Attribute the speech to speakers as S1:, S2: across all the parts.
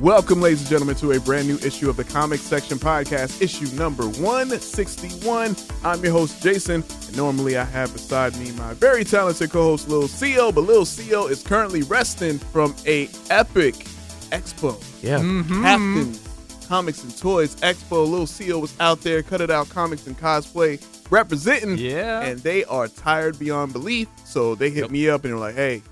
S1: Welcome, ladies and gentlemen, to a brand new issue of the Comic Section Podcast, issue number 161. I'm your host, Jason, and normally I have beside me my very talented co-host Lil CO, but Lil CO is currently resting from a epic expo.
S2: Yeah.
S1: Hamptons Comics and Toys Expo. Lil CO was out there, cut it out comics and cosplay representing.
S2: Yeah.
S1: And they are tired beyond belief. So they hit me up and they were like, hey,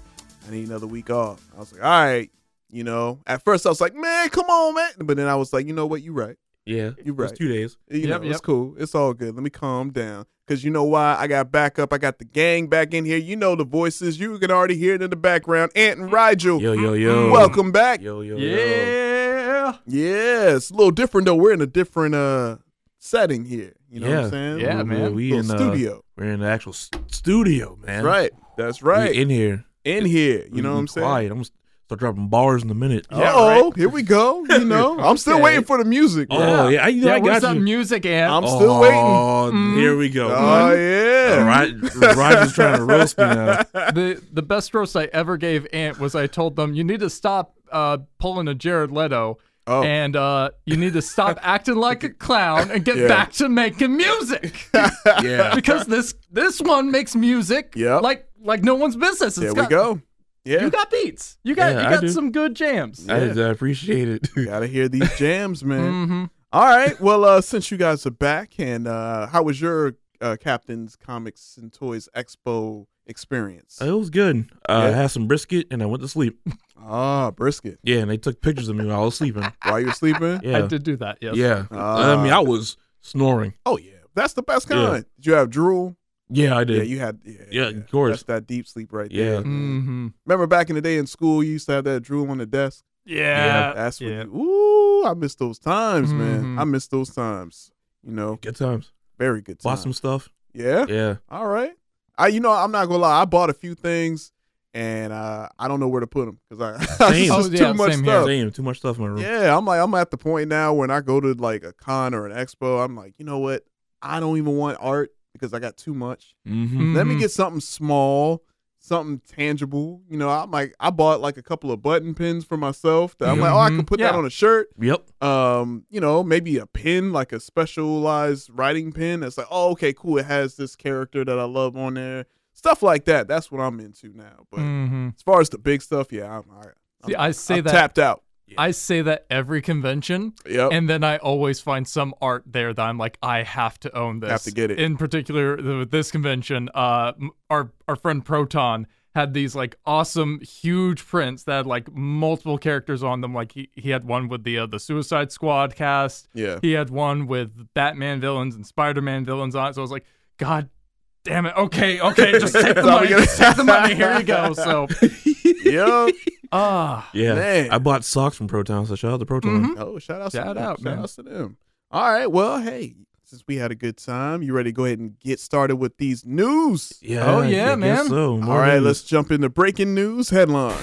S1: I need another week off. I was like, all right. You know, at first I was like, man, come on, man. But then I was like, you know what? You're right.
S2: Yeah.
S1: You
S2: It was
S1: right.
S2: two days.
S1: You
S2: Yep,
S1: know, it's
S2: yep.
S1: cool. It's all good. Let me calm down. Cause you know why? I got backup. I got the gang back in here. You know the voices. You can already hear it in the background. Ant and Rigel.
S2: Yo, yo, yo.
S1: Mm, Welcome back.
S2: Yo, yo, yo.
S1: Yeah. Yeah. It's a little different though. We're in a different uh setting here. You know what I'm
S2: Yeah.
S1: saying?
S2: Yeah,
S1: Little-
S2: man.
S1: little
S2: We in, uh,
S1: studio.
S2: We're in the actual s- studio, man.
S1: That's right. That's
S2: We
S1: right.
S2: in here.
S1: in here.
S2: We-
S1: You know what
S2: we
S1: I'm saying?
S2: Quiet. I'm gonna start dropping bars in a minute.
S1: oh, here we go. You know, I'm still
S3: Okay.
S1: waiting for the music.
S2: Oh, yeah. I, you know,
S3: yeah,
S2: I
S3: where's
S2: got
S3: that
S2: you.
S3: music, Ant?
S1: I'm still waiting.
S2: waiting. Here we go. Uh,
S1: Oh yeah.
S2: Rod- Roger's trying to roast me now.
S3: the the best roast I ever gave Ant was I told them you need to stop uh, pulling a Jared Leto.
S1: Oh.
S3: And uh, you need to stop acting like a clown and get
S1: Yeah.
S3: back to making music
S2: Yeah.
S3: because this this one makes music
S1: Yep.
S3: like like no one's business. It's
S1: There we
S3: got-
S1: go. Yeah.
S3: You got beats. You got
S2: Yeah, I
S3: you got
S2: do.
S3: some good jams.
S2: I, I appreciate it. Uh,
S1: Gotta hear these jams, man.
S2: Mm-hmm.
S3: hmm
S1: All right. Well, uh, since you guys are back, and uh, how was your uh, Captain's Comics and Toys Expo experience?
S2: It was good. Uh, I
S1: Yeah.
S2: had some brisket and I went to sleep.
S1: Ah, brisket.
S2: Yeah, and they took pictures of me while I was sleeping.
S1: While you were sleeping?
S2: Yeah. Um,
S3: I did do that. Yes.
S2: Yeah.
S1: Ah.
S2: I mean, I was snoring.
S1: Oh yeah, that's the best
S2: Yeah.
S1: kind. Did you have drool?
S2: Yeah, I did.
S1: Yeah, you had. Yeah,
S2: Yeah, of course.
S1: That's that deep sleep right
S2: Yeah.
S1: there. man.
S3: hmm
S1: Remember back in the day in school, you used to have that drool on the desk.
S3: Yeah.
S1: That's what.
S3: yeah.
S1: You, ooh, I miss those times, man.
S2: Mm-hmm.
S3: Mhm.
S1: I miss those times. You know,
S2: Good times.
S1: very good
S2: Bought
S1: times.
S2: some stuff.
S1: yeah.
S2: Yeah.
S1: All right. I you know I'm not gonna lie. I bought a few things, and uh, I don't know where to put them because I, it's
S2: Same.
S1: just
S3: Oh, yeah,
S1: too much
S3: same here.
S1: stuff.
S2: Damn, too much stuff in my room.
S1: Yeah, I'm like I'm at the point now when I go to like a con or an expo, I'm like, you know what? I don't even want art because I got too much.
S2: Mm-hmm.
S1: Let me get something small, something tangible. You know, I'm like I bought like a couple of button pins for myself. That I'm like, oh,
S2: Mm-hmm.
S1: I can
S3: Mhm.
S1: put that
S3: Yeah.
S1: on a shirt
S2: Yep.
S1: um, you know, maybe a pen, like a specialized writing pen that's like, oh, okay, cool. It has this character that I love on there. Stuff like that. That's what I'm into now. But
S3: hmm
S1: as far as the big stuff, yeah, I'm, I, I'm,
S3: See, I say
S1: I'm
S3: that
S1: tapped out.
S3: I say that every convention,
S1: Yep.
S3: and then I always find some art there that I'm like, I have to own this.
S1: Have to get it.
S3: In particular, th- with this convention, uh, m- our our friend Proton had these like awesome huge prints that had like multiple characters on them. Like he, he had one with the uh, the Suicide Squad cast.
S1: yeah.
S3: He had one with Batman villains and Spider Man villains on it. So I was like, God damn it! Okay, okay, just take the
S1: That's all
S3: money.
S1: we got.
S3: Just take the money. Here you go. So
S1: Yep.
S3: ah.
S2: Yeah.
S1: Man.
S2: I bought socks from Proton, so shout out to Proton.
S3: Mhm.
S1: oh, shout out
S3: Shout
S1: to them.
S3: out,
S1: shout
S3: man.
S1: outs to them. All right. Well, hey, since we had a good time, you ready to go ahead and get started with these news?
S2: Yeah.
S3: Oh,
S2: I
S3: yeah,
S2: guess
S3: man.
S2: So.
S1: All right, let's jump into breaking news headline.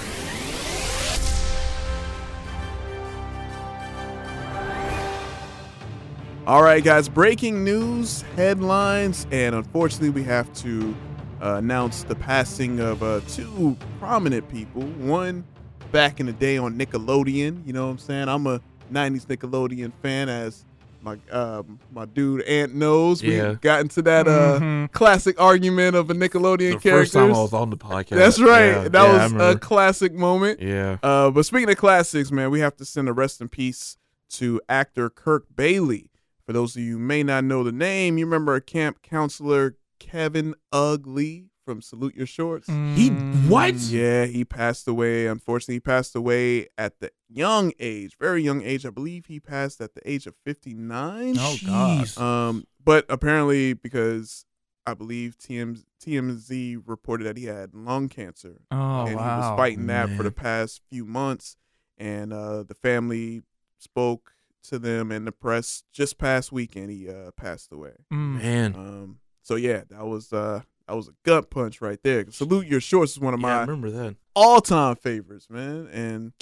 S1: All right, guys, breaking news headlines, and unfortunately, we have to uh, announce the passing of uh, two prominent people. One back in the day on Nickelodeon, you know what I'm saying? I'm a 90s Nickelodeon fan, as my um, my dude Ant knows.
S2: Yeah.
S1: We got into that uh,
S3: Mhm.
S1: classic argument of a Nickelodeon
S2: The
S1: character.
S2: first time I was on the podcast.
S1: That's right.
S2: Yeah,
S1: that
S2: yeah, I
S1: was a
S2: remember.
S1: classic moment.
S2: yeah.
S1: Uh, but speaking of classics, man, we have to send a rest in peace to actor Kirk Bailey. For those of you who may not know the name, you remember camp counselor Kevin Ugly from Salute Your Shorts.
S3: Mm. Mm-hmm.
S4: He what?
S1: Mm, Yeah, he passed away. Unfortunately, he passed away at the young age, very young age. I believe he passed at the age of 59.
S3: Oh, God.
S4: Jeez.
S1: Um, but apparently, because I believe TM, TMZ reported that he had lung cancer,
S3: Oh
S1: and
S3: wow.
S1: he was fighting that for
S2: Man.
S1: the past few months. And uh, the family spoke to them and the press just past weekend. He uh, passed away.
S3: Mm.
S2: Man.
S1: Um, so yeah, that was uh, that was a gut punch right there. Salute Your Shorts is one of
S2: Yeah, I
S1: my
S2: remember that.
S1: all time favorites, man. And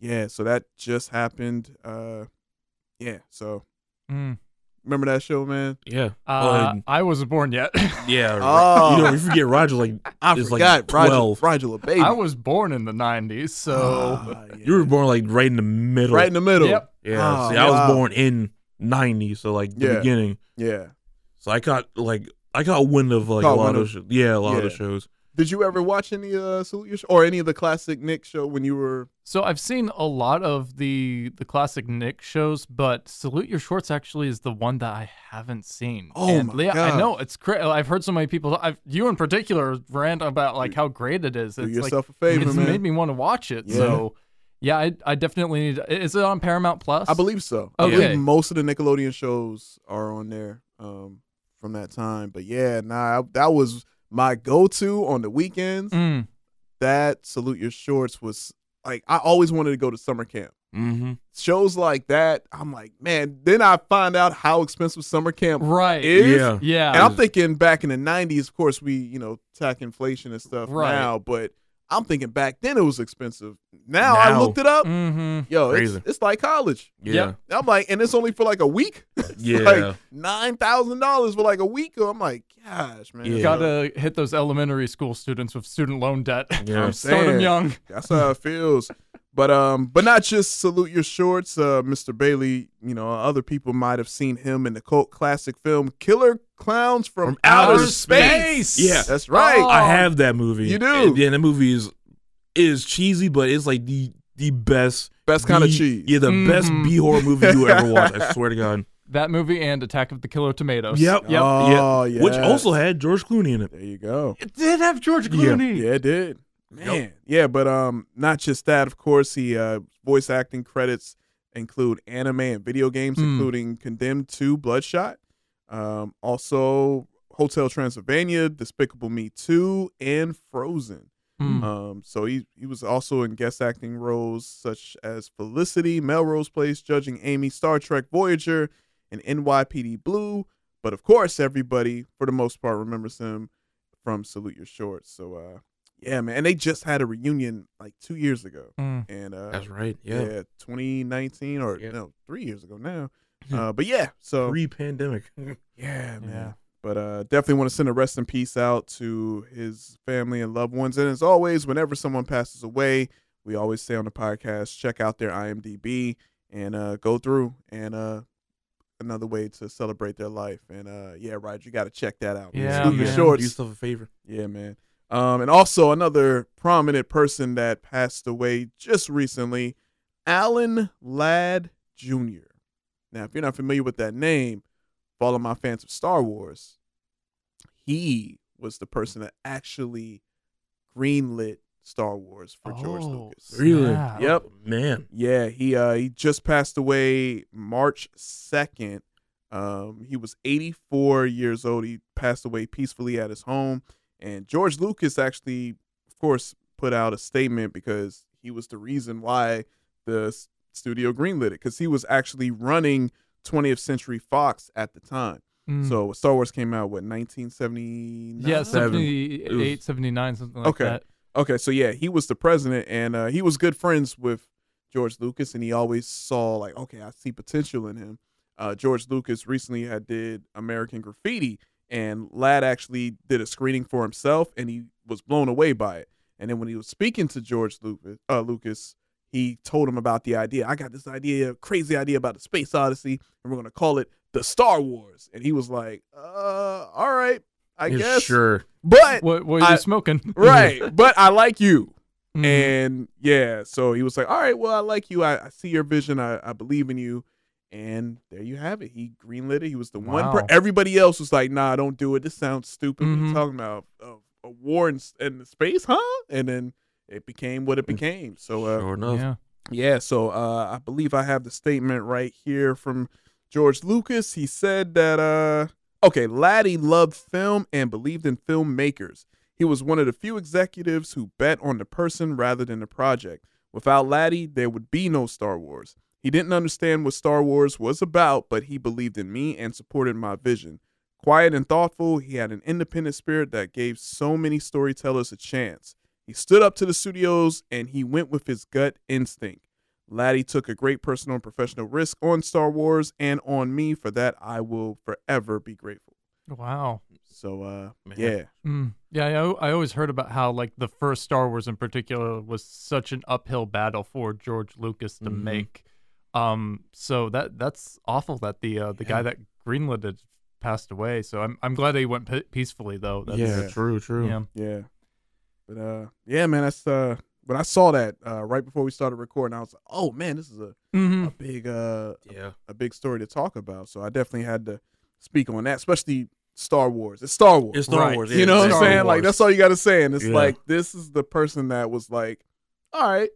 S1: yeah, so that just happened. Uh, yeah, so
S3: Mm.
S1: remember that show, man?
S2: Yeah.
S3: Uh,
S2: Um,
S3: I wasn't born yet.
S2: yeah.
S1: Oh.
S2: You know, we forget Roger like
S1: I
S2: It's like
S1: forgot Roger,
S2: 12.
S1: Roger LeBaby.
S3: I was born in the '90s, so
S1: Ah, yeah.
S2: you were born like right in the middle.
S1: right in the middle.
S3: Yep.
S2: Yeah.
S1: Oh,
S2: see, I
S1: wow.
S2: was born in '90, so like the
S1: Yeah.
S2: beginning.
S1: Yeah.
S2: So I got like I got wind of like
S1: Caught
S2: a lot
S1: wind
S2: of,
S1: of-
S2: sh- yeah a lot of
S1: yeah.
S2: the shows.
S1: Did you ever watch any uh Salute Your Sh- or any of the classic Nick show when you were?
S3: so I've seen a lot of the the classic Nick shows, but Salute Your Shorts actually is the one that I haven't seen.
S1: Oh
S3: and
S1: my
S3: Leah, I
S1: God.
S3: know it's cra I've heard so many people, I've, you in particular, rant about like how great it is.
S1: Do
S3: It's like
S1: yourself a favor,
S3: it's
S1: man.
S3: made me want to watch it.
S1: Yeah.
S3: So yeah, I, I definitely need. Is it on Paramount Plus?
S1: I believe so. I
S3: Okay.
S1: believe most of the Nickelodeon shows are on there um from that time. But yeah, nah, I- that was my go to on the weekends.
S3: Mm.
S1: That Salute Your Shorts was like I always wanted to go to summer camp.
S2: Mm-hmm.
S1: Shows like that, I'm like, man. Then I find out how expensive summer camp
S3: Right.
S1: is.
S2: Yeah.
S3: yeah.
S1: And I'm thinking back in the 90s, of course, we, you know, tack inflation and stuff
S3: Right.
S1: now, but I'm thinking back then it was expensive. Now, I
S2: Now.
S1: looked it up.
S3: mm-hmm.
S1: Yo, it's,
S2: Crazy.
S1: it's like college.
S2: Yeah.
S3: Yep.
S1: I'm like, and it's only for like a week? It's
S2: Yeah.
S1: like $9,000 for like a week. I'm like, gosh, man.
S2: Yeah.
S3: Gotta hit those elementary school students with student loan debt.
S2: Yeah.
S1: I'm
S3: Start 'em
S1: saying.
S3: young.
S1: That's how it feels. But um, but not just salute your shorts, uh, Mr. Bailey. You know, other people might have seen him in the cult classic film Killer Clowns from,
S2: From Outer
S1: Space.
S2: Yeah.
S1: that's right.
S3: Oh.
S2: I have that movie.
S1: You do?
S2: And, yeah, that movie is is cheesy, but it's like the the best
S1: Best kind of
S2: B-
S1: cheese.
S2: Yeah, the best
S3: Mhm.
S2: B horror movie you ever watched. I swear to God.
S3: That movie and Attack of the Killer Tomatoes.
S2: Yep. Uh,
S3: Yep.
S1: Oh, yeah.
S2: Which also had George Clooney in it.
S1: There you go.
S3: It did have George Clooney.
S1: Yeah, it did. Man. Yeah, but um, not just that. Of course, he uh, voice acting credits include anime and video games,
S3: Mm.
S1: including Condemned Two, Bloodshot. Um, also Hotel Transylvania, Despicable Me Two, and Frozen.
S3: Mm.
S1: Um, so he he was also in guest acting roles such as Felicity, Melrose Place, Judging Amy, Star Trek Voyager, and NYPD Blue. But of course, everybody for the most part remembers him from Salute Your Shorts. So uh, yeah, man, and they just had a reunion like two years ago,
S3: Mm.
S1: and uh,
S2: That's right.
S1: yeah.
S2: Yeah.
S1: 2019 or
S2: Yeah. Hmm.
S1: no, three years ago now. uh, but yeah, so
S2: Pre pandemic.
S1: yeah, man.
S3: Yeah.
S1: But uh, definitely want to send a rest in peace out to his family and loved ones. And as always, whenever someone passes away, we always say on the podcast, check out their IMDb and uh, go through and uh, another way to celebrate their life. And uh, yeah, Roger, you got to check that out. man.
S3: Yeah,
S1: Salute your
S2: Do
S3: man.
S1: shorts.
S2: yourself a favor.
S1: Yeah, man. Um, and also another prominent person that passed away just recently, Alan Ladd Jr. Now, if you're not familiar with that name, follow my fans of Star Wars. He was the person that actually greenlit Star Wars for George
S3: Oh,
S1: Lucas.
S2: Really?
S3: snap.
S1: Yep.
S2: Man.
S1: Yeah, he uh he just passed away March second. Um, he was 84 years old. He passed away peacefully at his home. And George Lucas actually, of course, put out a statement because he was the reason why the s- studio greenlit it because he was actually running 20th Century Fox at the time.
S3: Mm.
S1: So Star Wars came out what 1979.
S3: yeah,
S2: Seven.
S3: 78,
S2: It
S3: 79, something like
S1: Okay.
S3: that.
S1: Okay, so yeah, he was the president, and uh, he was good friends with George Lucas, and he always saw like, okay, I see potential in him. Uh, George Lucas recently had did American Graffiti, and Ladd actually did a screening for himself, and he was blown away by it. And then when he was speaking to George Lucas, uh, Lucas, he told him about the idea. I got this idea, crazy idea about the Space Odyssey, and we're gonna call it the Star Wars. And he was like, uh, all right, I
S2: Yeah,
S1: guess,
S2: Sure.
S1: but.
S3: What, what are you
S1: I-
S3: smoking?
S1: Right, but I like you.
S3: Mm.
S1: And yeah, so he was like, "All right, well, I like you. I, I see your vision. I, I believe in you." And there you have it. He greenlit it. He was the one.
S3: Wow.
S1: Per- everybody else was like, "Nah, don't do it. This sounds stupid. What are
S3: Mhm.
S1: you talking about? Oh, oh, war in, s- in space, huh? And then it became what it became. So uh,
S2: Sure enough.
S3: Yeah.
S1: yeah, so uh, I believe I have the statement right here from George Lucas. He said that, uh, okay, Laddie loved film and believed in filmmakers. He was one of the few executives who bet on the person rather than the project. Without Laddie, there would be no Star Wars. He didn't understand what Star Wars was about, but he believed in me and supported my vision. Quiet and thoughtful, he had an independent spirit that gave so many storytellers a chance. He stood up to the studios and he went with his gut instinct. Laddie took a great personal and professional risk on Star Wars and on me. For that, I will forever be grateful.
S2: Oh.
S3: Wow.
S1: So, uh,
S2: Man.
S1: yeah,
S3: Mm. Yeah, I, al- I always heard about how like the first Star Wars in particular was such an uphill battle for George Lucas to
S2: Mm-hmm.
S3: make. Um, so that that's awful that the uh, the guy that greenlit it passed away. So I'm I'm glad that he went pe- peacefully though. That's,
S2: yeah,
S1: Yeah.
S2: true, true.
S3: yeah.
S1: yeah. But, uh, yeah, man, that's, uh, when I saw that, uh, right before we started recording, I was like, oh, man, this is a,
S3: Mhm.
S1: a big, uh,
S2: Yeah.
S1: a big story to talk about. So I definitely had to speak on that, especially Star Wars. It's Star Wars.
S2: It's Star
S3: Right.
S2: Wars.
S1: you know what I'm
S2: Star
S1: saying? Like
S2: Wars.
S1: that's all you got to say. And it's
S2: Yeah.
S1: like this is the person that was like, all right,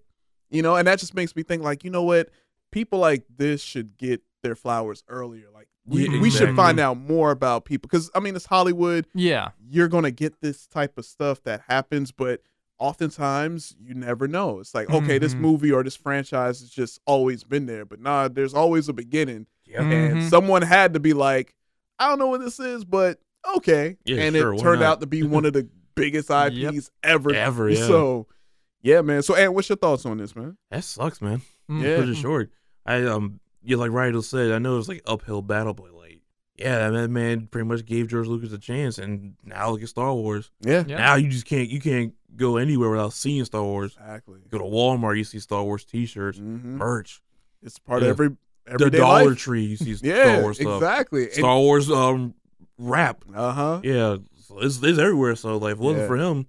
S1: you know. And that just makes me think like, you know what? People like this should get their flowers earlier. Like we,
S2: Yeah,
S1: we should
S2: exactly.
S1: find out more about people because I mean it's Hollywood.
S3: Yeah.
S1: You're gonna get this type of stuff that happens, but oftentimes you never know. It's like okay, this
S2: Mm-hmm.
S3: Mhm.
S1: movie or this franchise has just always been there, but nah, there's always a beginning
S2: Yeah.
S1: and
S3: Mhm.
S1: someone had to be like, I don't know what this is, but okay.
S2: Yeah,
S1: and
S2: sure,
S1: it
S2: why
S1: turned
S2: not?
S1: out to be one of the biggest IPs
S3: Yep.
S1: ever.
S2: Ever, yeah.
S1: So, yeah, man. So, and what's your thoughts on this, man?
S2: That sucks, man.
S3: Mm.
S1: Yeah.
S2: Pretty short. I um yeah, like Rydell said, I know it's like uphill battle, but like yeah, that man pretty much gave George Lucas a chance and now look at Star Wars.
S1: Yeah,
S3: Yeah.
S2: Now you just can't you can't go anywhere without seeing Star Wars.
S1: exactly.
S2: Go to Walmart, you see Star Wars t shirts,
S1: Mhm.
S2: merch.
S1: It's part
S2: Yeah.
S1: of every
S2: The
S1: everyday
S2: Dollar
S1: life.
S2: Tree, you see
S1: Yeah,
S2: Star Wars stuff.
S1: exactly.
S2: Star Wars um rap.
S1: Uh huh.
S2: Yeah. so It's, it's everywhere, so like if it wasn't
S1: Yeah.
S2: for him,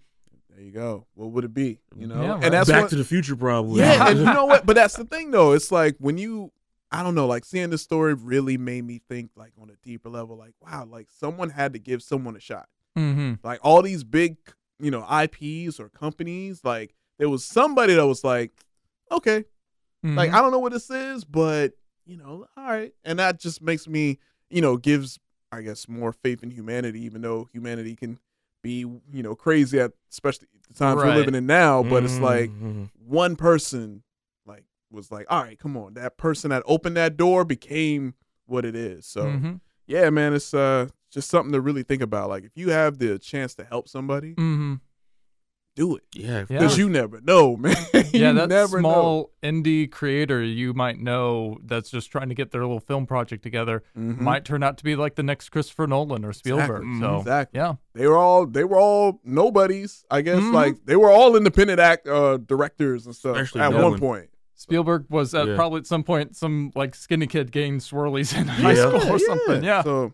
S1: There you go. What would it be? You know,
S3: Yeah, right.
S1: and that's
S2: back
S1: what,
S2: to the future probably.
S1: Yeah, and you know what? But that's the thing, though. It's like when you, I don't know, like seeing this story really made me think, like on a deeper level, like wow, like someone had to give someone a shot.
S3: Mhm.
S1: Like all these big, you know, IPs or companies, like there was somebody that was like, okay, like
S3: Mhm.
S1: I don't know what this is, but you know, all right, and that just makes me, you know, gives I guess more faith in humanity, even though humanity can be, you know, crazy at especially the times we're
S3: Right. Mm-hmm.
S1: living in now. But it's like
S2: Mhm.
S1: one person like was like, all right, come on. That person that opened that door became what it is. So
S3: Mhm.
S1: yeah, man, it's uh just something to really think about. Like if you have the chance to help somebody,
S3: Mhm.
S1: do it.
S2: Yeah,
S3: Yeah.
S1: Because you never know, man.
S3: Yeah,
S1: You
S3: that
S1: never know.
S3: small indie creator you might know that's just trying to get their little film project together
S1: Mhm.
S3: might turn out to be like the next Christopher Nolan or Spielberg.
S1: Exactly. Mm-hmm.
S3: So
S1: Exactly.
S3: yeah.
S1: They were all they were all nobodies, I guess.
S3: Mhm.
S1: Like they were all independent act uh directors and stuff
S2: Especially
S1: at
S2: Nolan.
S1: one point.
S3: Spielberg was at
S2: Yeah.
S3: probably at some point some like skinny kid getting swirlies in high
S2: Yeah.
S3: school or something. Yeah.
S1: So,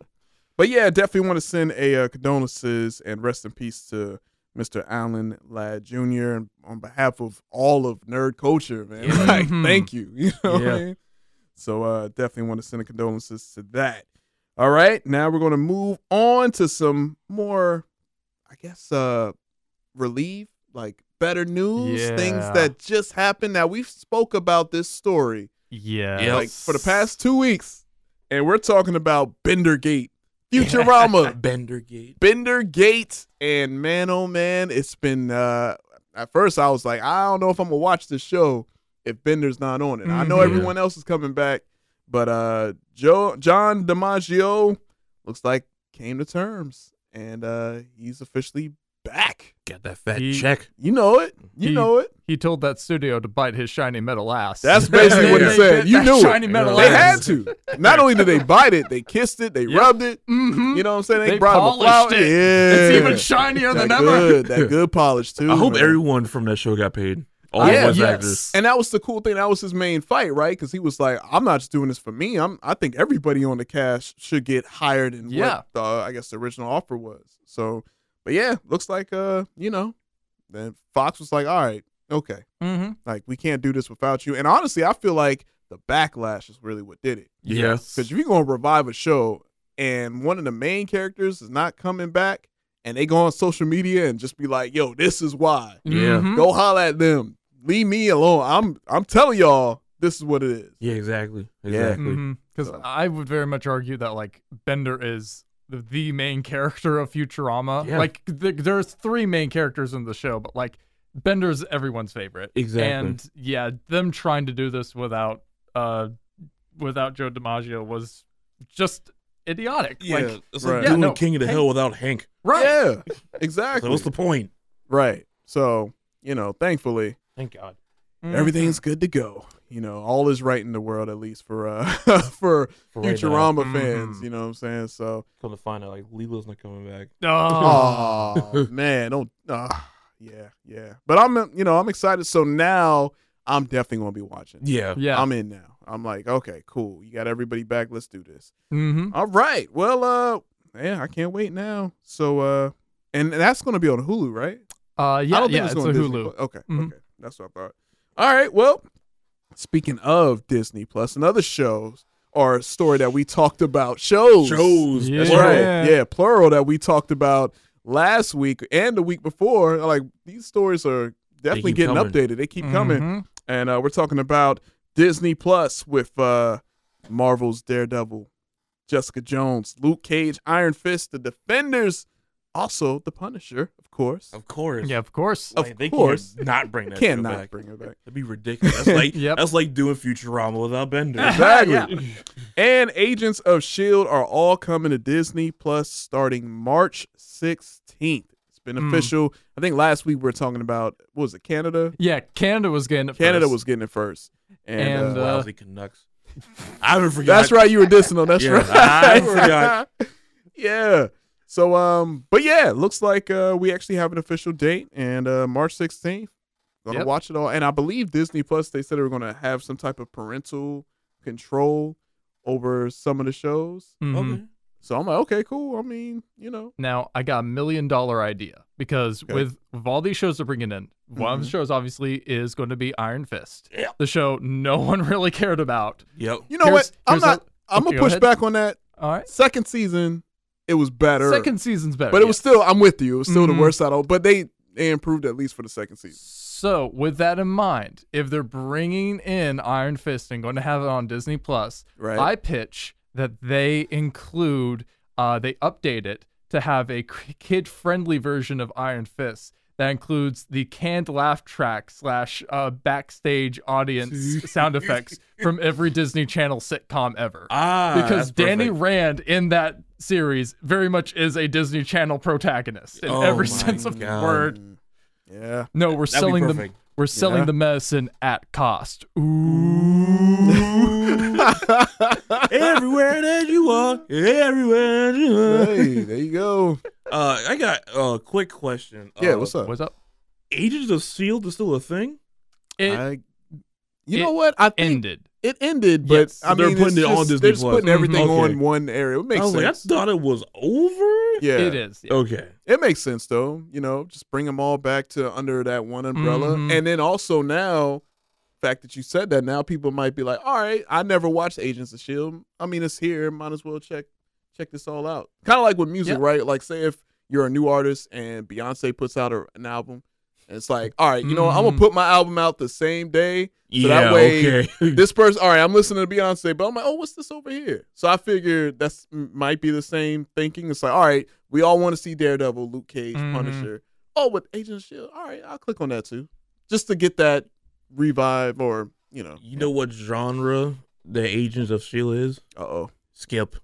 S1: but yeah, definitely want to send a uh, condolences and rest in peace to Mr. Allen Ladd Jr. and on behalf of all of nerd culture, man.
S2: Yeah.
S1: Like,
S3: Mhm.
S1: thank you. You know what I
S2: Yeah.
S1: mean? So, uh, definitely want to send a condolences to that. All right, now we're going to move on to some more, I guess, uh, relief, like better news, things
S3: Yeah.
S1: that just happened. Now we've spoke about this story
S3: yeah.
S2: Yeah.
S1: like for the past two weeks, and we're talking about Bendergate, Futurama,
S2: Bendergate.
S1: Bendergate, and man, oh man, it's been. uh At first, I was like, I don't know if I'm gonna watch the show if Bender's not on it. I know
S3: Mhm.
S1: everyone else is coming back, but uh Joe John DiMaggio looks like came to terms, and uh he's officially back.
S2: Got that fat
S3: He-
S2: check.
S1: You know it. You
S3: He-
S1: know it.
S3: He told that studio to bite his shiny metal ass.
S1: That's basically what he
S3: They
S1: said.
S3: bit
S1: You
S3: that
S1: knew it.
S3: shiny metal
S1: They had
S3: ass.
S1: to. Not only did they bite it, they kissed it, they
S3: Yep.
S1: rubbed it.
S3: Mhm.
S1: You know what I'm saying? They,
S3: They
S1: brought him a flower.
S3: polished it.
S1: Yeah.
S3: It's even shinier
S1: that
S3: than ever.
S1: good, that good polish too.
S2: I hope
S1: man.
S2: everyone from that show got paid. All
S1: Yeah.
S2: the voice
S3: Yes.
S2: actors.
S1: And that was the cool thing. That was his main fight, right? Because he was like, "I'm not just doing this for me. I'm. I think everybody on the cast should get higher than
S3: Yeah.
S1: what the, I guess the original offer was." So, but yeah, looks like uh, you know, then Fox was like, "All right, okay,
S3: Mhm.
S1: like we can't do this without you." And honestly, I feel like the backlash is really what did it.
S2: Yeah.
S3: Yes.
S1: Because if you're gonna revive a show and one of the main characters is not coming back, and they go on social media and just be like, "Yo, this is why."
S2: Yeah.
S3: Mhm.
S1: Go holler at them. Leave me alone. I'm I'm telling y'all, this is what it is.
S2: Yeah, exactly.
S1: Yeah.
S2: Exactly.
S3: Because
S1: So-
S3: Mm-hmm. I would very much argue that like Bender is the, the main character of Futurama.
S2: Yeah.
S3: Like th- there's three main characters in the show, but like Bender's everyone's favorite.
S2: Exactly.
S3: And yeah, them trying to do this without uh without Joe DiMaggio was just idiotic. Like
S2: it's
S1: right.
S2: like
S1: Yeah,
S2: doing
S3: no,
S2: King of the
S3: Hank-
S2: Hill without Hank.
S3: right.
S1: Yeah, exactly.
S2: So what's the point?
S1: right. So you know, thankfully,
S2: Thank God. Mm-hmm.
S3: Mm.
S1: everything's good to go. You know, all is right in the world, at least for uh for
S2: For right now. Mm-hmm.
S1: Futurama
S3: Mhm.
S1: fans. You know what I'm saying? So,
S2: Come to find out, like Leela's not coming back.
S3: Oh,
S1: oh man, don't. Uh, yeah, yeah. But I'm uh, you know I'm excited. So now I'm definitely gonna be watching.
S2: Yeah.
S3: yeah.
S1: I'm in now. I'm like, okay, cool. You got everybody back. Let's do this.
S3: mm-hmm.
S1: All right. Well, uh, yeah, I can't wait now. So, uh, and that's gonna be on Hulu, right?
S3: Uh,
S1: I
S3: yeah,
S1: don't think
S3: yeah. It's,
S1: on
S3: a
S1: Disney
S3: Hulu.
S1: Plus. Okay,
S3: Mhm.
S1: okay, that's what I thought. All right. Well, speaking of Disney Plus and other shows, or a story that we talked about shows,
S2: Shows. That's
S3: Yeah.
S2: right.
S1: right? Yeah, plural that we talked about last week and the week before. Like these stories are definitely
S2: keep
S1: getting
S2: coming.
S1: updated. They keep coming
S3: Mhm.
S1: and uh, we're talking about Disney Plus with uh, Marvel's Daredevil, Jessica Jones, Luke Cage, Iron Fist, The Defenders, also The Punisher, of course.
S2: Of course.
S3: Yeah, of course.
S2: Like,
S1: of
S2: they
S1: course.
S2: Can't not bring that. show
S1: Cannot
S2: back.
S1: bring it back.
S2: That'd be ridiculous. That's like
S3: Yep.
S2: that's like doing Futurama without Bender.
S1: Exactly. And Agents of S.H.I.E.L.D. E are all coming to Disney Plus starting March 16th. It's been
S3: Mm.
S1: official. I think last week we were talking about, what was it, Canada?
S3: Yeah, Canada was getting it
S1: Canada
S3: first.
S1: was getting it first. And,
S3: And,
S1: uh,
S3: uh,
S2: Lousy Canucks. I haven't forgotten.
S1: That's right. You were dissing on. That's
S2: Yeah,
S1: right.
S2: I forgot.
S1: yeah. So um, but yeah, it looks like uh, we actually have an official date and uh, March sixteenth. Gonna
S3: Yep.
S1: watch it all, and I believe Disney Plus. They said they were gonna have some type of parental control over some of the shows.
S3: Mhm.
S2: Okay.
S1: So I'm like, okay, cool. I mean, you know,
S3: Now I got a million dollar idea because
S1: Okay. Mm-hmm.
S3: with, with all these shows they're bringing in, one of the shows obviously is going to be Iron Fist,
S2: Yeah.
S3: the show no one really cared about.
S2: Yep.
S1: you know
S3: Here's-
S1: what? I'm
S3: here's
S1: not.
S3: a-
S1: i I'm
S3: okay,
S1: gonna
S3: go
S1: push
S3: ahead.
S1: back on that.
S3: All right,
S1: Second season, it was better.
S3: second season's better,
S1: but it was
S3: yes.
S1: still. I'm with you. It was still
S3: Mhm.
S1: the worst out of. But they they improved at least for the second season.
S3: So with that in mind, if they're bringing in Iron Fist and going to have it on Disney Plus,
S1: Right.
S3: I pitch that they include, uh, they update it to have a kid friendly version of Iron Fist. That includes the canned laugh track slash uh, backstage audience sound effects from every Disney Channel sitcom ever.
S2: Ah, that's
S3: because Danny
S2: perfect.
S3: Rand in that series very much is a Disney Channel protagonist in
S2: Oh
S3: every
S2: my
S3: sense of the
S2: God.
S3: word.
S1: Yeah.
S3: No, we're
S2: be
S3: selling the
S2: perfect.
S3: we're selling
S1: Yeah.
S3: the medicine at cost. Ooh.
S2: everywhere that you are, everywhere that you are.
S1: hey, there you go.
S2: Uh, I got a quick question.
S1: Yeah,
S2: Uh,
S1: what's up?
S3: What's up?
S2: Agents of Shield is still a thing?
S3: It
S1: I- you
S3: it
S1: know what? I think
S3: ended.
S1: it ended, but
S3: Yes.
S1: I
S2: They're
S1: mean,
S2: putting
S1: it's
S2: it on
S1: just-
S2: Disney
S1: They're just
S2: Plus.
S1: putting everything
S2: Mhm.
S1: on
S2: Okay.
S1: one area. It
S2: I
S1: makes
S2: was like, I
S1: sense.
S2: thought it was over.
S1: yeah,
S3: It is. yeah.
S2: Okay.
S1: It makes sense though. You know, just bring them all back to under that one umbrella,
S3: Mhm.
S1: and then also now, fact that you said that now people might be like, all right, I never watched Agents of Shield. I mean, it's here. Might as well check check this all out. Kind of like with music,
S3: Yeah.
S1: right? Like, say if you're a new artist and Beyonce puts out a, an album. and It's like, all right, you know, what? I'm gonna
S3: Mhm.
S1: put my album out the same day So
S2: yeah,
S1: that way-
S2: okay.
S1: this person, all right, I'm listening to Beyonce, but I'm like, oh, what's this over here? So I figured that's m- might be the same thinking. It's like, all right, we all want to see Daredevil, Luke Cage,
S3: Mhm.
S1: Punisher. Oh, with Agent of Shield, all right, I'll click on that too, just to get that revive or you know,
S2: you know what genre the Agents of Shield E is?
S1: uh oh,
S2: Skip.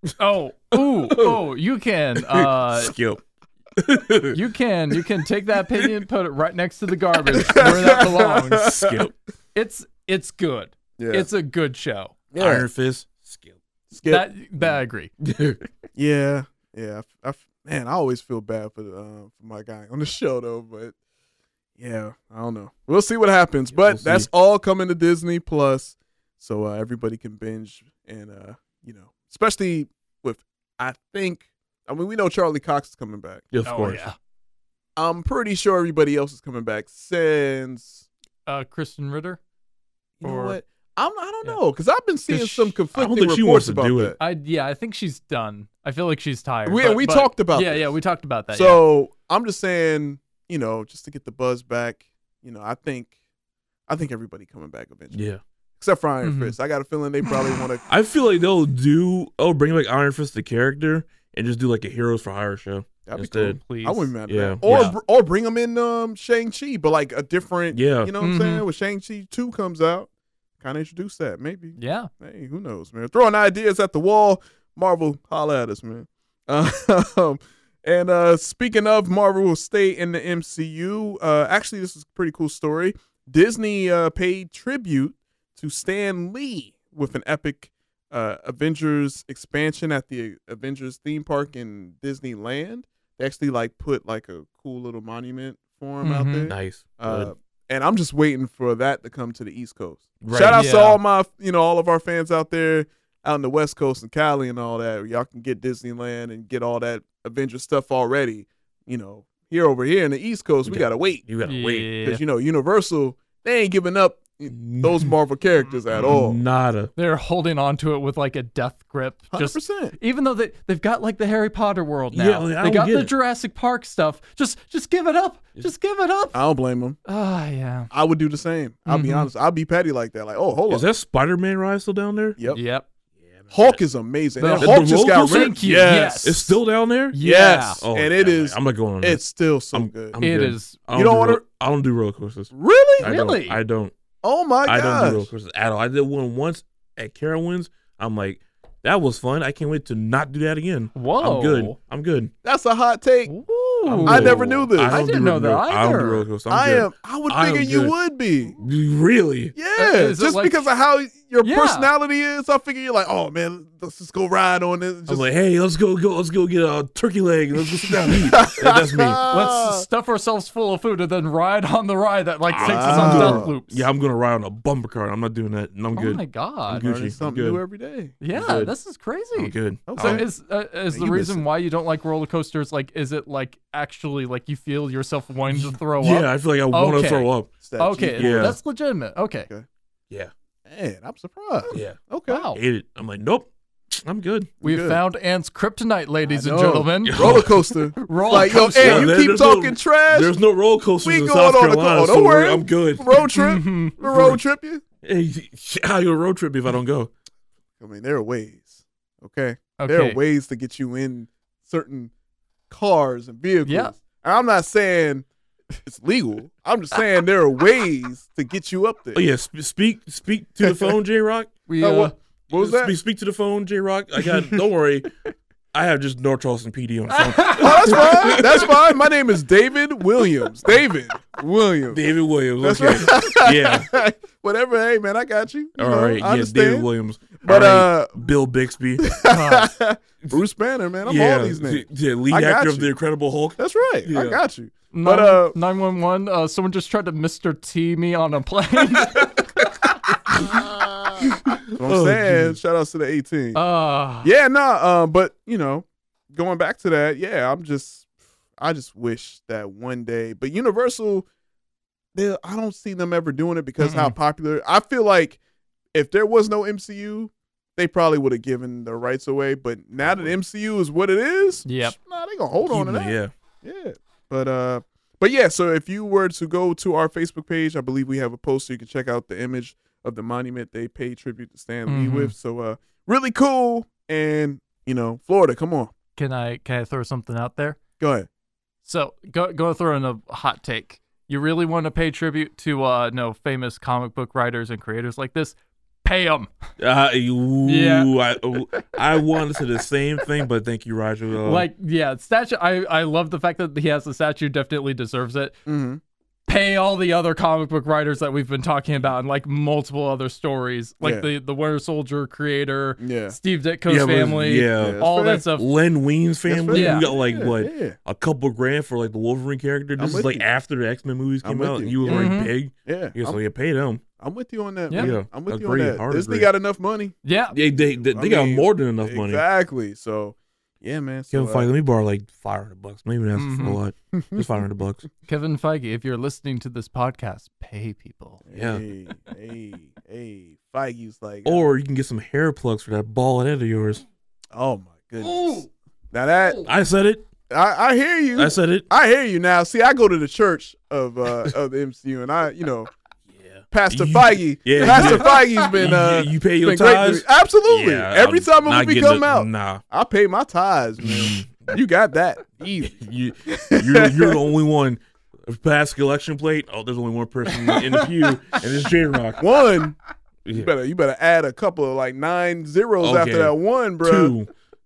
S3: Oh, ooh, oh, you can uh
S2: Skip.
S3: you can you can take that opinion, put it right next to the garbage where that belongs.
S2: Skip.
S3: It's it's good.
S1: yeah,
S3: It's a good show.
S1: yeah,
S2: Iron Fist. Skip.
S1: skip.
S3: That that I agree.
S1: yeah, yeah. I f- I f- man, I always feel bad for the um, for my guy on the show though, but yeah, I don't know. We'll see what happens,
S2: Yeah,
S1: but
S2: we'll
S1: that's
S2: see.
S1: all coming to Disney Plus, so uh, everybody can binge and uh, you know, especially with I think I mean we know Charlie Cox is coming back.
S2: Yeah, of
S3: oh
S2: course.
S3: yeah.
S1: I'm pretty sure everybody else is coming back since
S3: Uh Kristen Ritter.
S1: you
S3: Or-
S1: know what. I'm, I don't
S3: yeah.
S1: know because I've been seeing
S2: Cause
S1: some
S2: sh- I don't
S1: conflicting
S2: think she
S1: reports
S2: wants to
S1: about
S2: do
S1: that.
S2: it.
S3: I yeah, I think she's done. I I feel like she's tired.
S1: We-
S3: but-
S1: we
S3: but-
S1: talked about
S3: Yeah,
S1: this.
S3: yeah, we talked about that. yeah.
S1: So I'm just saying, you know, just to get the buzz back, you know, I think, I think everybody coming back eventually,
S2: Yeah.
S1: except for Iron
S3: Mhm.
S1: Fist. I got a feeling they probably want to.
S2: I feel like they'll do. Oh, bring back Iron Fist the character and just do like a Heroes for Hire show.
S1: That'd be cool.
S2: instead.
S3: please.
S1: I wouldn't mind
S2: Yeah.
S1: that. Or
S2: Yeah.
S1: br- or bring them in um Shang Chi, but like a different.
S2: Yeah.
S1: You know what
S3: Mhm.
S1: I'm saying? When Shang Chi two comes out, kind of introduce that maybe.
S3: Yeah.
S1: Hey, who knows, man? Throwing ideas at the wall. Marvel, holla at us, man. Um, and uh, speaking of Marvel will stay in the MCU, uh, actually, this is a pretty cool story. Disney uh, paid tribute to Stan Lee with an epic uh, Avengers expansion at the Avengers theme park in Disneyland. They actually like put like a cool little monument for him out
S3: Mhm.
S1: there.
S2: Nice.
S1: Uh,
S2: Good.
S1: and I'm just waiting for that to come to the East Coast.
S2: Right.
S1: Shout out to
S3: Yeah.
S1: all my, you know, all of our fans out there out in the West Coast and Cali and all that. Y'all can get Disneyland and get all that Avengers stuff already. You know, here over here in the East Coast, we
S2: Yeah.
S1: gotta wait
S2: you gotta wait.
S3: Yeah.
S1: because you know Universal they ain't giving up those oh. Marvel characters at all.
S2: Nada.
S3: They're holding on to it with like a death grip.
S1: Hundred
S3: Just
S1: percent.
S3: even though they they've got like the Harry Potter world now.
S2: Yeah, like, I
S3: they
S2: don't
S3: got
S2: get
S3: the
S2: it.
S3: Jurassic Park stuff. Just just give it up. Just give it up.
S1: I don't blame them.
S3: Ah, yeah.
S1: I would do the same. I'll be
S3: Mhm.
S1: honest. I'll be petty like that. Like, oh, hold
S2: Mm-hmm. Is
S1: on.
S2: that Spider Man ride still down there?
S1: Yep.
S3: Yep.
S1: Hulk is amazing.
S3: The-
S1: and
S3: the
S1: Hulk just
S2: roller
S1: got
S2: coaster?
S1: rid.
S3: Thank you. Yes.
S2: It's still down there.
S1: Yes.
S2: Oh,
S1: and it
S2: damn
S1: is.
S2: I'm not going on. that.
S1: It's still so
S2: I'm,
S1: good.
S2: I'm
S3: It
S2: good.
S3: is-
S2: I don't
S1: You don't
S2: do
S1: wanna-
S2: ro- I don't do roller coasters.
S1: really?
S2: I don't.
S3: Really?
S2: I don't.
S1: Oh my
S2: I
S1: gosh.
S2: don't do roller coasters at all. I did one once at Carowinds. I'm like, that was fun. I can't wait to not do that again.
S3: Whoa.
S2: I'm good.
S1: Oh.
S2: I'm good.
S1: That's a hot take.
S3: Ooh.
S2: I'm
S1: I
S2: good.
S1: never knew this.
S2: I,
S1: I
S2: don't
S3: didn't
S2: do
S3: know
S2: roller-
S3: that
S2: I don't do
S3: either.
S2: roller coasters. I'm
S1: I
S2: good.
S1: am. I would
S2: I am
S1: figure you
S2: good. Uh,
S1: would be.
S2: Really?
S1: Yeah,
S3: is it
S1: just
S3: like-
S1: because of how your
S3: Yeah.
S1: personality is, I figure you're like, oh man, let's just go ride on this. Just,
S2: I'm like, hey, let's go, go, let's go get a turkey leg. Let's go sit down. and eat. Yeah, That's me. Ah.
S3: Let's stuff ourselves full of food and then ride on the ride that like takes us on
S1: Wow.
S3: death loops.
S2: Ah. Yeah, I'm gonna ride on a bumper car. I'm not doing that. And I'm
S3: oh
S2: good.
S3: my
S2: I'm
S3: god.
S2: good.
S1: learning
S2: Gucci, I'm
S1: something
S2: good.
S1: new every day.
S3: Yeah,
S2: good.
S3: this is crazy.
S2: I'm good.
S3: So
S1: Okay.
S3: is uh, is
S1: Man,
S3: the
S1: you miss
S3: reason
S1: it.
S3: why you don't like roller coasters like is it like actually like you feel yourself wanting to throw up?
S2: Yeah, I feel like I want
S3: Okay.
S2: to throw up.
S1: It's that
S3: Okay,
S2: Yeah.
S3: that's legitimate. Okay.
S2: Yeah,
S1: G- man, I'm surprised.
S2: yeah.
S1: Okay,
S3: Wow.
S2: Ate it. I'm like, nope. I'm good.
S3: We've
S1: Good.
S3: found Ant's kryptonite, ladies
S1: I
S3: and
S1: know.
S3: gentlemen.
S1: roller coaster.
S3: Roller
S1: like yo,
S3: coaster.
S1: hey,
S2: Yeah,
S1: you
S2: there-
S1: keep
S2: there's no-
S1: talking trash.
S2: There's no roller coasters
S1: we
S2: in
S1: going
S2: South
S1: on a go-
S2: Carolina,
S1: oh,
S2: so
S1: don't worry.
S2: I'm good.
S1: road trip.
S3: Mhm.
S1: We'll road trip you.
S2: Hey, I'll do a road trip if I don't go.
S1: I mean, there are ways. Okay. There are
S3: Okay.
S1: ways to get you in certain cars and vehicles.
S3: Yeah.
S1: And I'm not saying it's legal. I'm just saying there are ways to get you up there.
S2: Oh yeah, sp- speak speak to the phone, J Rock.
S3: we
S1: Oh,
S3: uh,
S1: what, what was that?
S2: Speak, speak to the phone, J Rock. I got. don't worry. I have just North Charleston PD on the phone.
S1: Oh, that's fine. That's fine. My name is David Williams. David Williams.
S2: David Williams.
S1: That's
S2: Okay. Yeah.
S1: Whatever. Hey, man, I got you. You
S2: All
S1: know,
S2: right.
S1: I
S2: Yeah, David
S1: understand.
S2: Williams.
S1: But,
S2: All
S1: uh,
S2: Bill Bixby.
S1: Bruce Banner, man. I'm
S2: yeah,
S1: all these names.
S2: the- the lead
S1: I got
S2: actor of
S1: you.
S2: the Incredible Hulk.
S1: That's right. I
S2: Yeah.
S1: got you.
S3: nine-
S1: But uh,
S3: 911, uh, someone just tried to Mr. T me on a plane.
S1: that's
S2: Oh,
S1: what I'm saying, shout outs to the 18.
S3: uh,
S1: yeah, nah. Um, but you know, going back to that, yeah, I'm just, I just wish that one day. But Universal, they, I don't see them ever doing it because how popular. I feel like if there was no MCU, they probably would have given the rights away. But now that MCU is what it is,
S3: Yep.
S1: nah, they gonna hold on to
S2: Keep
S1: that.
S2: it, Yeah.
S1: Yeah. But uh but yeah, so if you were to go to our Facebook page, I believe we have a post so you can check out the image of the monument they pay tribute to Stan Lee
S2: Mm-hmm.
S3: Mhm.
S1: with. So uh really cool and you know, Florida, come on.
S3: can I can I throw something out there?
S1: Go ahead.
S3: So go go throw in a hot take. You really want to pay tribute to uh no famous comic book writers and creators like this? Pay them.
S2: Uh, ooh,
S3: Yeah.
S2: I, ooh, I wanted to say the same thing, but thank you, Roger.
S1: Oh.
S2: Uh,
S3: like yeah, statue. I I love the fact that he has the statue. Definitely deserves it.
S1: Mm-hmm.
S3: Pay all the other comic book writers that we've been talking about and like multiple other stories, like
S1: Yeah.
S3: the the Winter Soldier creator,
S1: Yeah.
S3: Steve Ditko's
S2: yeah, but-
S3: family,
S2: Yeah.
S1: Yeah.
S3: all
S1: fair.
S3: that stuff.
S2: Len Wein's family.
S3: fair.
S2: We got like
S1: Yeah,
S2: what
S1: yeah.
S2: a couple grand for like the Wolverine character.
S1: I'm
S2: This
S1: with
S2: is like
S1: you.
S2: after the X Men movies
S1: I'm
S2: came
S1: with
S2: out.
S1: you.
S2: and You were
S1: Yeah.
S2: like
S3: Mhm.
S2: big.
S1: Yeah.
S2: Yeah, so
S1: I'm,
S2: yeah, pay them.
S1: I'm with you on that.
S3: Yeah.
S1: man.
S2: Yeah.
S1: I'm with
S2: Agree.
S1: you on that.
S2: Hard
S1: Disney
S2: agree.
S1: got enough money.
S3: Yeah,
S2: They they
S1: I
S2: they, they got
S1: mean,
S2: more than enough money.
S1: Exactly. So yeah, man. So,
S2: Kevin
S1: uh,
S2: Feige, let me borrow like five hundred bucks. Maybe that's for a
S3: Mhm.
S2: lot. Just five hundred bucks.
S3: Kevin Feige, if you're listening to this podcast, pay people.
S2: Yeah.
S1: Hey, hey, hey. Feige's like
S2: Or you can get some hair plugs for that ball head of yours.
S1: Oh my goodness. Now that
S2: I said it.
S1: I, I hear you.
S2: I said it.
S1: I hear you now. See, I go to the church of uh, of the MCU, and I, you know, Pastor
S2: You-
S1: Feige.
S2: yeah,
S1: Pastor
S2: you-
S1: Feige's been.
S2: you-
S1: Uh,
S2: you pay your
S1: been great to me.
S2: tithes?
S1: Absolutely.
S2: Yeah,
S1: Every
S2: I'm
S1: time a
S2: not Mm.
S1: movie
S2: getting
S1: come
S2: the-
S1: out,
S2: nah.
S1: I pay my tithes, man. you got that easy.
S2: You, you're, you're the only one. Past collection plate. Oh, there's only one person in the pew, and it's J Rock.
S1: One. You
S2: Yeah.
S1: better you better add a couple of like nine zeros after
S2: Okay.
S1: that one, bro.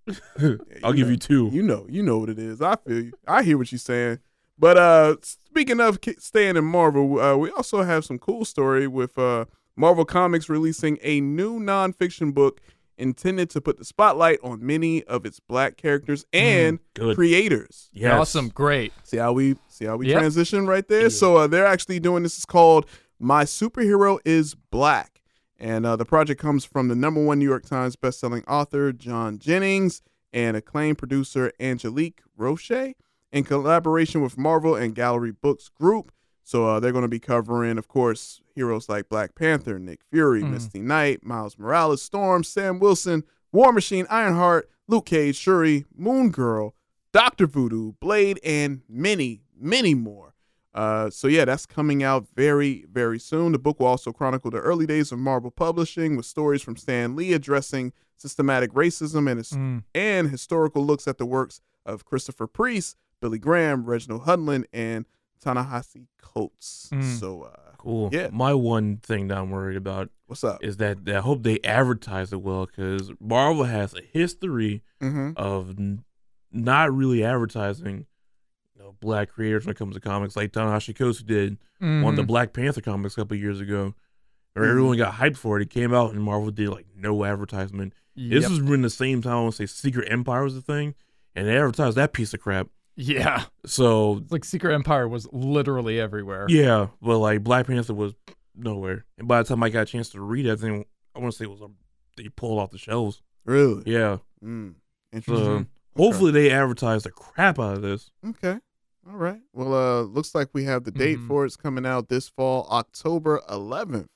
S2: Two. I'll give you two.
S1: You know, you know what it is. I feel you. I hear what you're saying. But uh speaking of ki- staying in Marvel, uh, we also have some cool story with uh Marvel Comics releasing a new nonfiction book intended to put the spotlight on many of its black characters and
S2: good.
S1: creators.
S2: Yes.
S3: Awesome. Great.
S1: See how we see how we
S3: Yep.
S1: transition right there. So uh, they're actually doing this. is called "My Superhero Is Black," and uh, the project comes from the number one New York Times bestselling author John Jennings and acclaimed producer Angelique Roche in collaboration with Marvel and Gallery Books Group. So uh, they're going to be covering, of course, heroes like Black Panther, Nick Fury, Misty Knight, Miles Morales, Storm, Sam Wilson, War Machine, Ironheart, Luke Cage, Shuri, Moon Girl, Doctor Voodoo, Blade, and many, many more. Uh, so yeah, that's coming out very, very soon. The book will also chronicle the early days of Marvel publishing with stories from Stan Lee addressing systematic racism and, his- and historical looks at the works of Christopher Priest, Billy Graham, Reginald Hudlin, and Tanahasi Coates.
S3: Mm.
S1: So uh,
S2: Cool.
S1: Yeah.
S2: My one thing that I'm worried about
S1: what's up?
S2: is that I hope they advertise it well because Marvel has a history
S1: Mm-hmm.
S2: of n- not really advertising you know, black creators when it comes to comics, like Ta-Nehisi Coates did
S1: Mm-hmm.
S2: one of the
S3: Mhm.
S2: Black Panther comics a couple years ago. Where
S1: Mhm.
S2: Everyone got hyped for it. It came out and Marvel did like no advertisement. This
S3: Yep.
S2: was when the same time I want to say Secret Empire was the thing, and they advertised that piece of crap.
S3: yeah.
S2: So
S3: It's like Secret Empire was literally everywhere.
S2: Yeah, but like Black Panther was nowhere. And by the time I got a chance to read it, I think I want to say it was um, they pulled off the shelves.
S1: Really?
S2: Yeah.
S1: Mm.
S2: So
S1: Interesting.
S2: hopefully they advertise the crap out of this.
S1: Okay. All right. Well, uh, looks like we have the date
S3: Mhm.
S1: for it. It's coming out this fall, October 11th.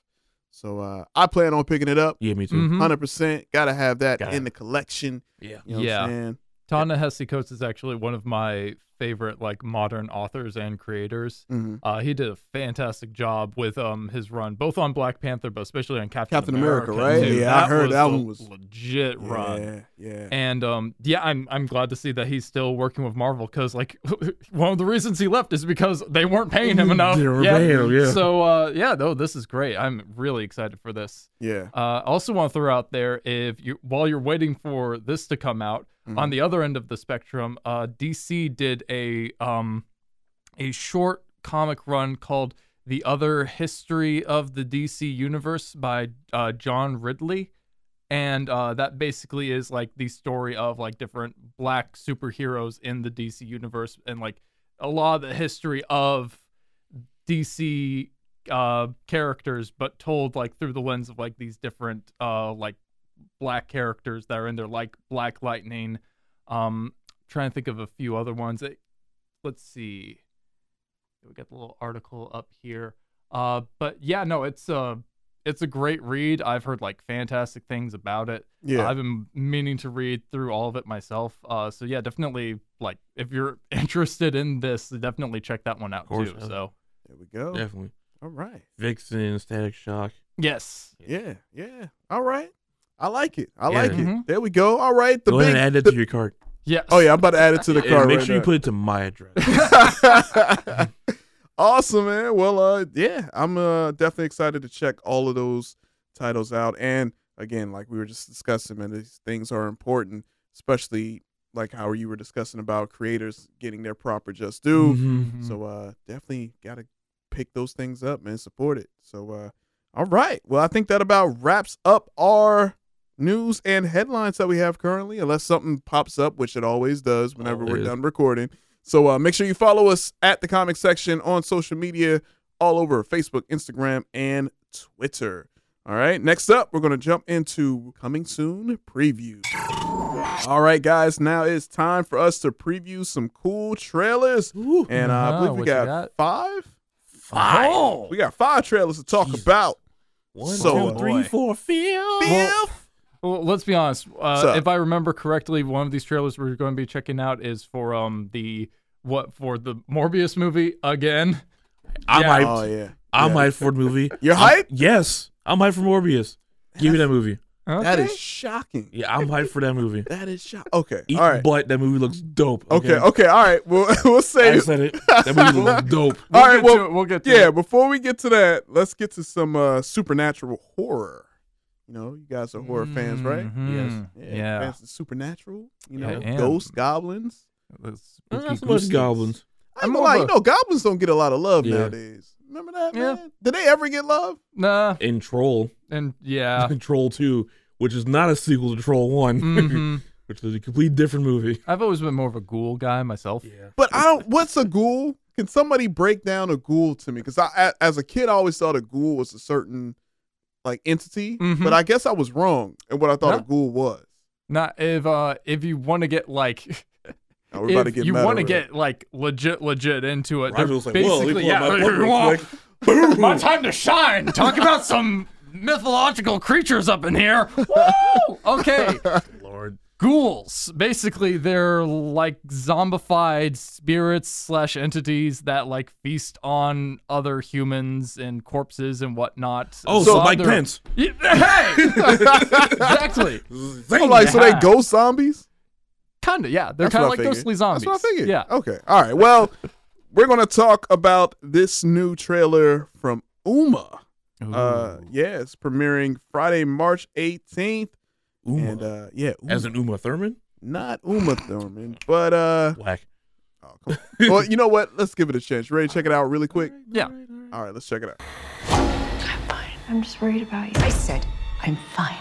S1: So uh, I plan on picking it up.
S2: Yeah, me too.
S1: Mm-hmm.
S3: Mhm.
S1: 100%. Gotta have that
S2: Gotta.
S1: in the collection.
S2: Yeah.
S1: You know
S3: Yeah.
S1: what I'm saying?
S3: Ta-Nehisi Coates is actually one of my favorite like modern authors and creators.
S1: Mhm.
S3: Uh, he did a fantastic job with um his run, both on Black Panther, but especially on Captain,
S1: Captain America, right?
S3: too.
S1: Yeah, I heard
S3: was
S1: that
S3: a
S1: one was-
S3: legit run.
S1: Yeah. Yeah.
S3: And um, yeah, I'm I'm glad to see that he's still working with Marvel because like one of the reasons he left is because they weren't paying him enough.
S2: They weren't paying him, yeah.
S3: So uh, yeah, no, this is great. I'm really excited for this.
S1: yeah.
S3: Uh, also want to throw out there if you while you're waiting for this to come out on the other end of the spectrum, uh, DC did a um, a short comic run called "The Other History of the DC Universe" by uh, John Ridley, and uh, that basically is like the story of like different black superheroes in the DC universe and like a lot of the history of DC uh characters but told like through the lens of like these different uh like black characters that are in there like Black Lightning um trying to think of a few other ones It- let's see we got the little article up here uh but yeah no it's uh it's a great read I've heard like fantastic things about it
S1: Yeah.
S3: I've been meaning to read through all of it myself uh so yeah definitely like if you're interested in this definitely check that one out
S2: course,
S3: too
S2: yeah.
S3: so
S1: There we go.
S2: Definitely.
S1: All right.
S2: Vixen, Static Shock.
S3: yes
S1: Yeah. Yeah. All right. I like it. I
S2: Yeah.
S1: like it.
S3: Mhm.
S1: There we go. All right. The
S2: Go
S1: big.
S2: ahead and add that
S1: the-
S2: to your cart.
S3: Yes.
S1: oh, yeah. I'm about to add it to the
S2: And
S1: card.
S2: make
S1: right
S2: sure you
S1: now.
S2: put it to my address.
S1: awesome, man. Well, uh, yeah, I'm uh, definitely excited to check all of those titles out. And again, like we were just discussing, man, these things are important, especially like how you were discussing about creators getting their proper just due.
S2: Mhm.
S1: So uh, definitely got to pick those things up, man. Support it. So uh, all right. Well, I think that about wraps up our news and headlines that we have currently, unless something pops up, which it always does whenever we're
S2: Always.
S1: done recording. So uh, make sure you follow us at the comic section on social media, all over Facebook, Instagram, and Twitter. All right. Next up, we're going to jump into coming soon previews. All right, guys. Now it's time for us to preview some cool trailers. And uh, I
S3: Uh-huh,
S1: believe we
S3: what you
S1: got,
S3: got?
S1: five. Oh,
S2: Five.
S1: We got five trailers to talk
S2: Jesus.
S1: about.
S2: Oh, One,
S1: So,
S2: two, three, four, fifth.
S1: Fifth.
S3: Well, let's be honest. Uh,
S1: So-
S3: if I remember correctly, one of these trailers we're going to be checking out is for um the what for the Morbius movie again.
S2: I'm
S3: Yeah.
S2: hyped.
S1: Oh yeah,
S2: I'm
S1: Yeah.
S2: hyped for the movie.
S1: You're
S2: I'm-
S1: hyped?
S2: yes, I'm hyped for Morbius. Give me that movie.
S1: That
S3: Okay.
S1: is shocking.
S2: Yeah, I'm hyped for that movie.
S1: That is shocking. Okay,
S2: Eat
S1: all right.
S2: butt. That movie looks dope.
S1: Okay, okay, all right. We'll we'll
S2: I
S1: say.
S2: said it. That movie looks dope.
S3: We'll
S1: all right,
S3: get
S1: well,
S3: to it, we'll get to
S1: yeah.
S3: it.
S1: Before we get to that, let's get to some uh, supernatural horror. You know, you guys are horror fans, right?
S3: Mhm. Yeah.
S1: Fans of supernatural. You
S3: I
S1: know,
S3: am.
S1: ghosts, goblins.
S3: That's
S2: Not
S3: spooky
S2: so
S3: goose
S2: much
S3: things.
S2: goblins.
S1: I'm
S3: more
S1: like, you
S3: of a-
S1: know, goblins don't get a lot of love
S2: Yeah.
S1: nowadays. Remember that,
S3: Yeah.
S1: man? Did they ever get love?
S3: Nah.
S2: And Troll.
S3: And yeah.
S2: and Troll 2, which is not a sequel to Troll one
S3: Mhm.
S2: which is a complete different movie.
S3: I've always been more of a ghoul guy myself.
S2: Yeah.
S1: But I don't. What's a ghoul? Can somebody break down a ghoul to me? Because I, a- as a kid, I always thought a ghoul was a certain like entity.
S3: Mhm.
S1: But I guess I was wrong in what I thought a
S3: No.
S1: ghoul was.
S3: Not if uh if you want to get like
S1: Now, we're about to
S3: if
S1: get
S3: you
S1: meta
S3: want to
S1: real.
S3: get like legit legit into it.
S2: Roger
S3: they're
S2: was like, whoa, let me
S3: basically
S2: pull out
S3: yeah,
S2: my book real quick.
S3: my time to shine. Talk about some mythological creatures up in here. Woo! Okay.
S2: Lord.
S3: Ghouls. Basically, they're like zombified spirits slash entities that like feast on other humans and corpses and whatnot.
S2: Oh,
S3: Some
S2: so Mike
S3: other-
S2: Pence.
S3: Yeah, hey! exactly.
S1: I'm like, so they
S3: Yeah.
S1: ghost zombies?
S3: Kinda, yeah. They're
S1: That's what
S3: kinda
S1: I
S3: like
S1: figured.
S3: ghostly zombies.
S1: That's what I figured.
S3: Yeah.
S2: Oh.
S1: Okay. All right. Well, we're gonna talk about this new trailer from Uma. Uh, yeah, it's premiering Friday, March 18th,
S2: Uma.
S1: and uh, yeah, Uma.
S2: As an Uma Thurman?
S1: not Uma Thurman, but uh,
S2: Whack.
S1: oh, come on. well, you know what? Let's give it a chance. You ready to check it out really quick?
S3: Yeah.
S1: All right, let's check it out.
S4: I'm just worried about you.
S5: I said, I'm fine.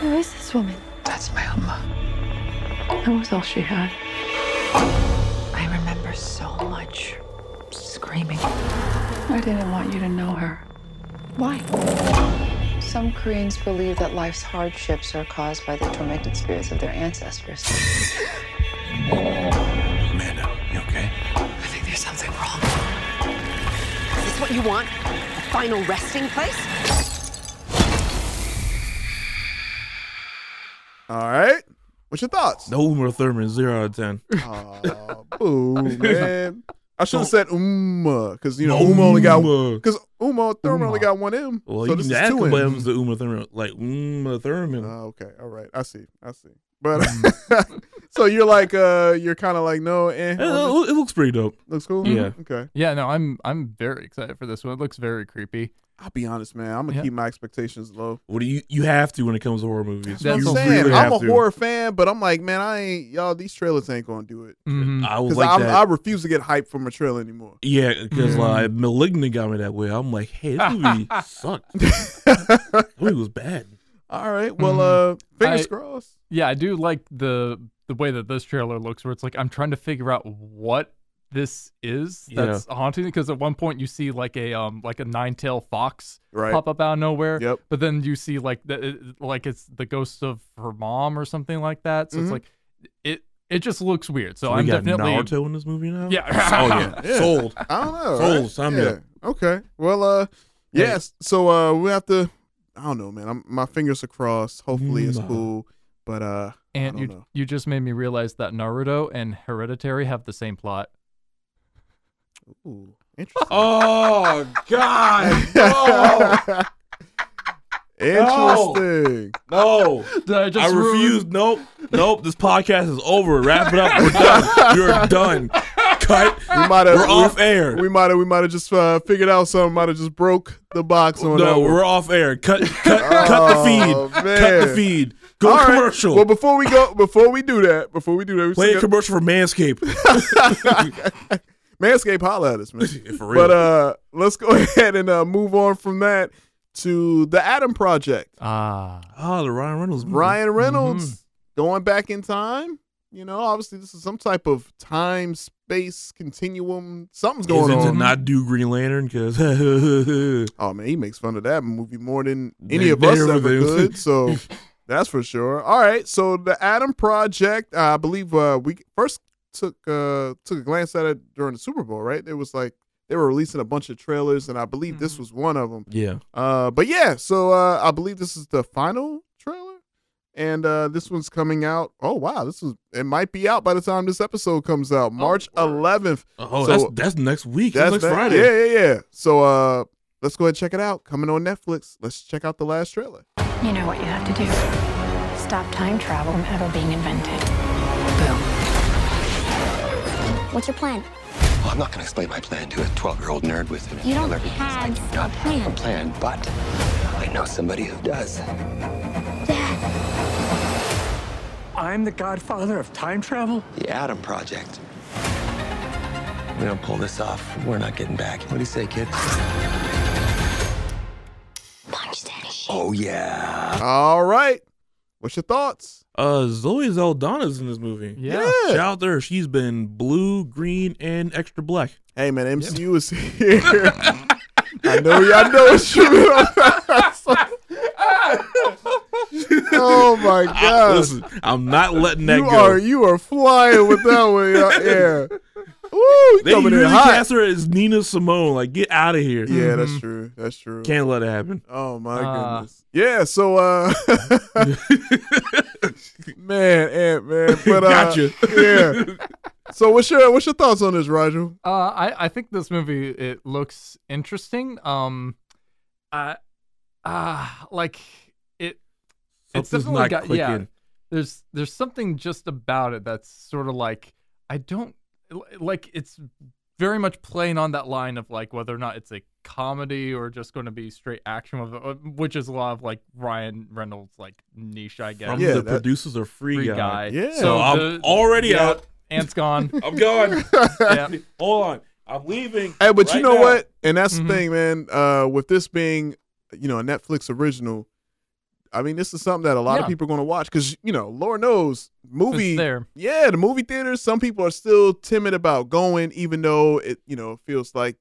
S4: Who is this woman?
S5: That's my Uma.
S4: That was all she had.
S5: I remember so much screaming.
S4: I didn't want you to know her.
S5: Why?
S6: Some Koreans believe that life's hardships are caused by the tormented spirits of their ancestors.
S7: Amanda, you okay?
S5: I think there's something wrong. Is this what you want? A final resting place?
S1: All right, what's your thoughts?
S2: No Uma Thurman, 0 out of 10.
S1: Aw, boo, Oh, man. I should have said Uma because you know Uma only got
S2: Uma.
S1: because Uma Thurman only got one M.
S2: Well,
S1: so
S2: you
S1: this
S2: can
S1: is
S2: ask
S1: two M's.
S2: him, but it was the Uma Thurman. Like, Uma Thurman.
S1: Oh, okay. All right. I see. I see. But
S2: Mm.
S1: so you're like uh you're kind of like no eh, on
S2: it,
S1: this?
S2: it- it looks pretty dope.
S1: looks cool.
S2: Yeah.
S1: Okay.
S3: Yeah, no, I'm I'm very excited for this one. It looks very creepy.
S1: I'll be honest, man. I'm gonna
S3: Yeah.
S1: keep my expectations low.
S2: What do you you have to when it comes to horror movies?
S3: That's
S2: you
S3: what
S1: I'm
S3: I'm
S1: saying
S2: really
S1: I'm
S2: have
S1: a
S2: to.
S1: horror fan, but I'm like, man, I ain't y'all. These trailers ain't gonna do it
S3: Mhm.
S2: I was
S1: because
S2: like that.
S1: I Mm. refuse to get hype from a trailer anymore.
S2: Yeah, because like Malignant got me that way. I'm like, hey, this movie sucked. That movie was bad.
S1: All right. Well,
S2: Mm-hmm.
S1: uh, fingers
S3: I-
S1: crossed.
S3: Yeah, I do like the the way that this trailer looks, where it's like I'm trying to figure out what this is that's haunting. Because at one point you see like a um like a nine tail fox
S1: Right.
S3: pop up out of nowhere.
S1: Yep.
S3: But then you see like the like it's the ghost of her mom or something like that. So
S1: Mhm.
S3: it's like it it just looks weird. So
S2: we
S3: I'm
S2: got
S3: definitely
S2: Naruto in this movie now.
S3: Yeah.
S2: oh yeah,
S1: Yeah.
S2: sold.
S1: I don't know.
S2: Sold,
S1: right?
S2: sign me
S1: yeah.
S2: up.
S1: Okay. Well, uh,
S2: Hey.
S1: yes. So uh, we have to. I don't know, man. I'm, my fingers are crossed. Hopefully, it's
S2: Nah.
S3: Mm-hmm.
S1: cool. But
S2: Oh,
S1: uh,
S3: and
S1: I
S3: you
S1: don't know.
S3: you just made me realize that Naruto and Hereditary have the same plot.
S1: Ooh, interesting.
S2: Oh God,
S1: Interesting.
S2: no!
S3: Did I
S2: I
S3: just ruin-
S2: refuse. Nope, nope. This podcast is over. Wrap it up. We're done. You're done. Cut.
S1: We might have
S2: We're off air.
S1: We might have we might have just uh, figured out something. Might have just broke the box on that
S2: no,
S1: one.
S2: we're off air. Cut, cut, cut the
S1: Oh,
S2: feed. Cut the
S1: man.
S2: feed. Go
S1: All right.
S2: commercial.
S1: Well, before we go, before we do that, before we do that, we
S2: Play a
S1: still got-
S2: commercial for Manscaped.
S1: Manscaped holla at us, man.
S2: For real.
S1: But uh, let's go ahead and uh, move on from that to the Adam Project.
S3: Ah,
S2: oh, the Ryan Reynolds. movie.
S1: Ryan Reynolds
S2: Mm-hmm.
S1: going back in time. You know, obviously this is some type of time space continuum. Something's going
S2: is
S1: on.
S2: it to not do Green Lantern because
S1: Oh man, he makes fun of that movie more than
S2: Than
S1: any of us
S2: they
S1: ever
S2: ever do.
S1: could. So that's for sure. All right, so the Adam Project, I uh, believe uh, we first took uh, took a glance at it during the Super Bowl, right? It was like They were releasing a bunch of trailers, and I believe
S2: Mm-hmm.
S1: this was one of them.
S2: Yeah.
S1: Uh, but yeah, so uh, I believe this is the final trailer, and uh, this one's coming out. Oh wow, this is it might be out by the time this episode comes out, March 11th.
S2: Oh,
S1: So-
S2: that's that's next week. That's, next
S1: that-
S2: Friday.
S1: Yeah, yeah, yeah. So uh, let's go ahead and check it out. Coming on Netflix. Let's check out the last trailer.
S4: You know what you have to do. Stop time travel from ever being invented.
S8: What's your plan?
S7: Well, I'm not going to explain my plan to a 12 year old nerd with an
S8: You don't
S7: inhaler because I do
S8: have
S7: not
S8: a
S7: have a
S8: plan.
S7: plan, but I know somebody who does.
S8: Dad.
S9: I'm the godfather of time travel?
S7: The Atom Project. We don't pull this off. We're not getting back. What do you say, kid?
S8: Punch Daddy.
S7: Oh, yeah.
S1: All right. What's your thoughts?
S2: Uh, Zoe Saldana's in this movie.
S3: Yeah.
S2: Shout out there. She's been blue, green, and extra black.
S1: Hey man, MCU is here. I know y'all know what you Oh my
S2: I-
S1: god.
S2: listen, I'm not letting that
S1: you
S2: go.
S1: are you are flying with that one. y'all. Yeah. Ooh, you
S2: they
S1: coming
S2: really
S1: in hot.
S2: cast her as Nina Simone. Like, get out of here.
S1: Yeah, that's true. That's true.
S2: Mm-hmm. Can't let it happen.
S1: Oh my
S3: Uh.
S1: goodness. Yeah, so uh Man, Ant man. But uh,
S2: Gotcha.
S1: yeah. So what's your what's your thoughts on this, Roger?
S3: Uh, I I think this movie it looks interesting. Um, uh, uh like it.
S2: Something's
S3: it's definitely
S2: not
S3: got
S2: clicking.
S3: yeah. There's there's something just about it that's sort of like I don't like it's very much playing on that line of like whether or not it's a comedy or just going to be straight action with uh, which is a lot of like Ryan Reynolds like niche I guess.
S2: From
S1: Yeah,
S2: the
S1: that-
S2: producers of Free,
S3: Free
S2: Guy.
S3: guy.
S1: Yeah.
S2: So I'm
S3: the-
S2: already
S3: yeah,
S2: out.
S3: Ant's gone.
S2: I'm going.
S3: yeah.
S2: Hold on. I'm leaving.
S1: Hey, but you
S2: right
S1: know
S2: now.
S1: what? And that's
S3: Mhm.
S1: the thing, man. Uh, with this being, you know, a Netflix original, I mean, this is something that a lot of
S3: Yeah.
S1: people are going to watch because you know, Lord knows, movie.
S3: It's there.
S1: Yeah, the movie theaters. Some people are still timid about going, even though it, you know, feels like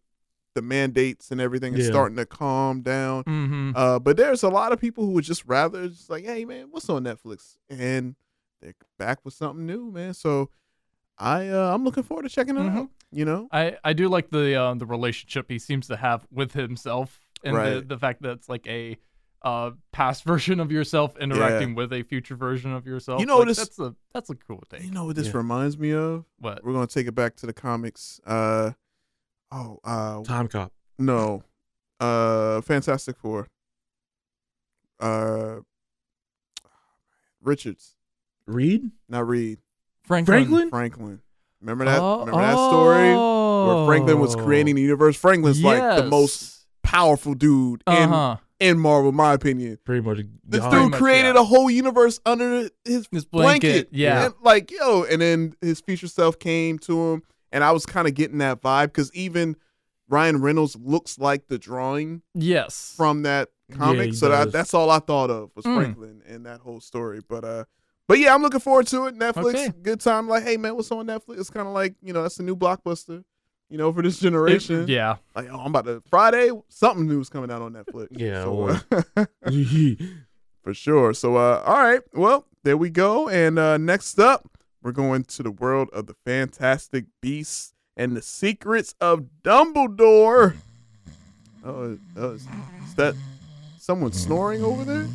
S1: the mandates and everything is
S2: Yeah.
S1: starting to calm down.
S3: Mm-hmm.
S1: Uh, but there's a lot of people who would just rather just like, hey man, what's on Netflix? And they're back with something new, man. So I uh, I'm looking forward to checking it
S3: Mhm.
S1: out. You know,
S3: I, I do like the uh, the relationship he seems to have with himself and the,
S1: Right.
S3: the fact that it's like a uh, past version of yourself interacting with a future version of yourself.
S1: You know,
S3: Like,
S1: this-
S3: that's a that's a cool take.
S1: you know what this
S2: Yeah.
S1: reminds me of?
S3: What?
S1: We're gonna take it back to the comics. Uh oh, uh
S2: Time Cop.
S1: no. Uh Fantastic Four. Uh Richards.
S2: Reed?
S1: Not Reed.
S3: Franklin.
S2: Franklin?
S1: Franklin. Remember that
S3: Oh,
S1: remember that story? Where Franklin was
S3: oh.
S1: creating the universe. Franklin's like the
S3: Yes.
S1: most powerful dude
S3: uh-huh.
S1: in in Marvel, in my opinion.
S2: Pretty much.
S1: This
S2: gone.
S1: dude
S3: much,
S1: created
S3: yeah.
S1: a whole universe under his
S3: His
S1: blanket.
S3: blanket, yeah.
S1: And, like, yo, and then his future self came to him, and I was kind of getting that vibe because even Ryan Reynolds looks like the drawing
S3: yes.
S1: from that comic.
S2: he
S1: so that,
S2: does.
S1: that's all I thought of was
S3: Mm.
S1: Franklin and that whole story. But uh but yeah, I'm looking forward to it. Netflix,
S3: Okay.
S1: good time. Like, hey man, what's on Netflix? It's kind of like, you know, that's the new blockbuster, you know, for this
S3: It-
S1: generation.
S3: yeah.
S1: Like, oh, I'm about to Friday, something new is coming out on Netflix.
S2: Yeah,
S1: So, uh, for sure. So, uh, all right. Well, there we go. And uh, next up, we're going to the world of the Fantastic Beasts and the Secrets of Dumbledore. Oh, oh, is, is that someone snoring over there?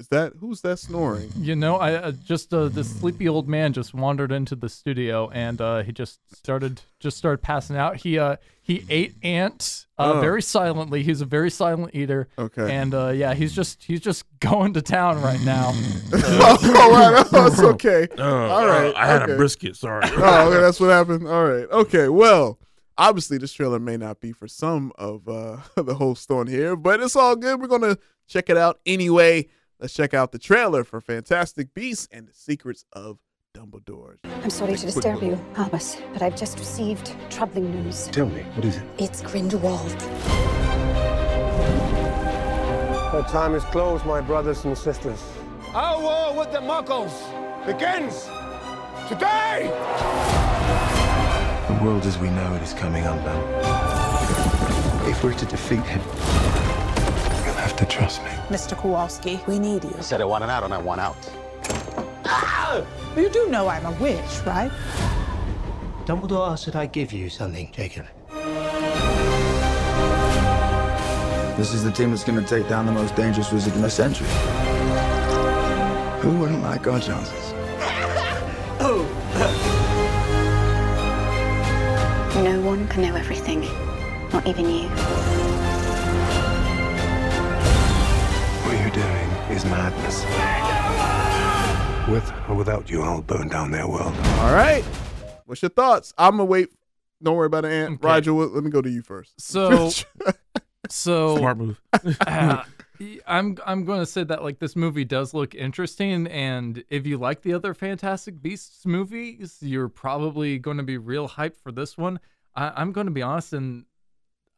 S1: Is that who's that snoring?
S3: You know, I uh, just uh, this sleepy old man just wandered into the studio and uh, he just started just started passing out. He uh he ate ant uh,
S1: Oh.
S3: very silently. He's a very silent eater.
S1: Okay.
S3: And uh, yeah, he's just he's just going to town right now.
S1: oh, wow, that's okay.
S2: Oh,
S1: All right,
S2: I had
S1: okay.
S2: a brisket. Sorry.
S1: oh, okay, that's what happened. All right. Okay. Well, obviously this trailer may not be for some of uh, the hosts on here, but it's all good. We're gonna check it out anyway. Let's check out the trailer for Fantastic Beasts and the Secrets of Dumbledore.
S8: I'm sorry to disturb you, Albus, but I've just received troubling news.
S7: Tell me, what is it?
S8: It's Grindelwald.
S9: The time is closed, my brothers and sisters. Our war with the Muggles begins today!
S7: The world as we know it is coming undone. If we're to defeat him, you'll have to trust me.
S5: Mr. Kowalski, we need you.
S9: Said I want an out and I want out.
S5: You do know I'm a witch, right?
S9: Dumbledore said I give you something, Jacob.
S10: This is the team that's going to take down the most dangerous wizard in the century. Who wouldn't like our chances?
S4: No one can know everything, not even you.
S7: What you're doing is madness. With or without you, I'll burn down their world.
S1: All right. What's your thoughts? I'm gonna wait. Don't worry about it, Ant. Roger, wh- let me go to you first.
S3: So, so
S2: Smart move.
S3: uh, I'm I'm going to say that like this movie does look interesting, and if you like the other Fantastic Beasts movies, you're probably going to be real hyped for this one. I, I'm going to be honest, and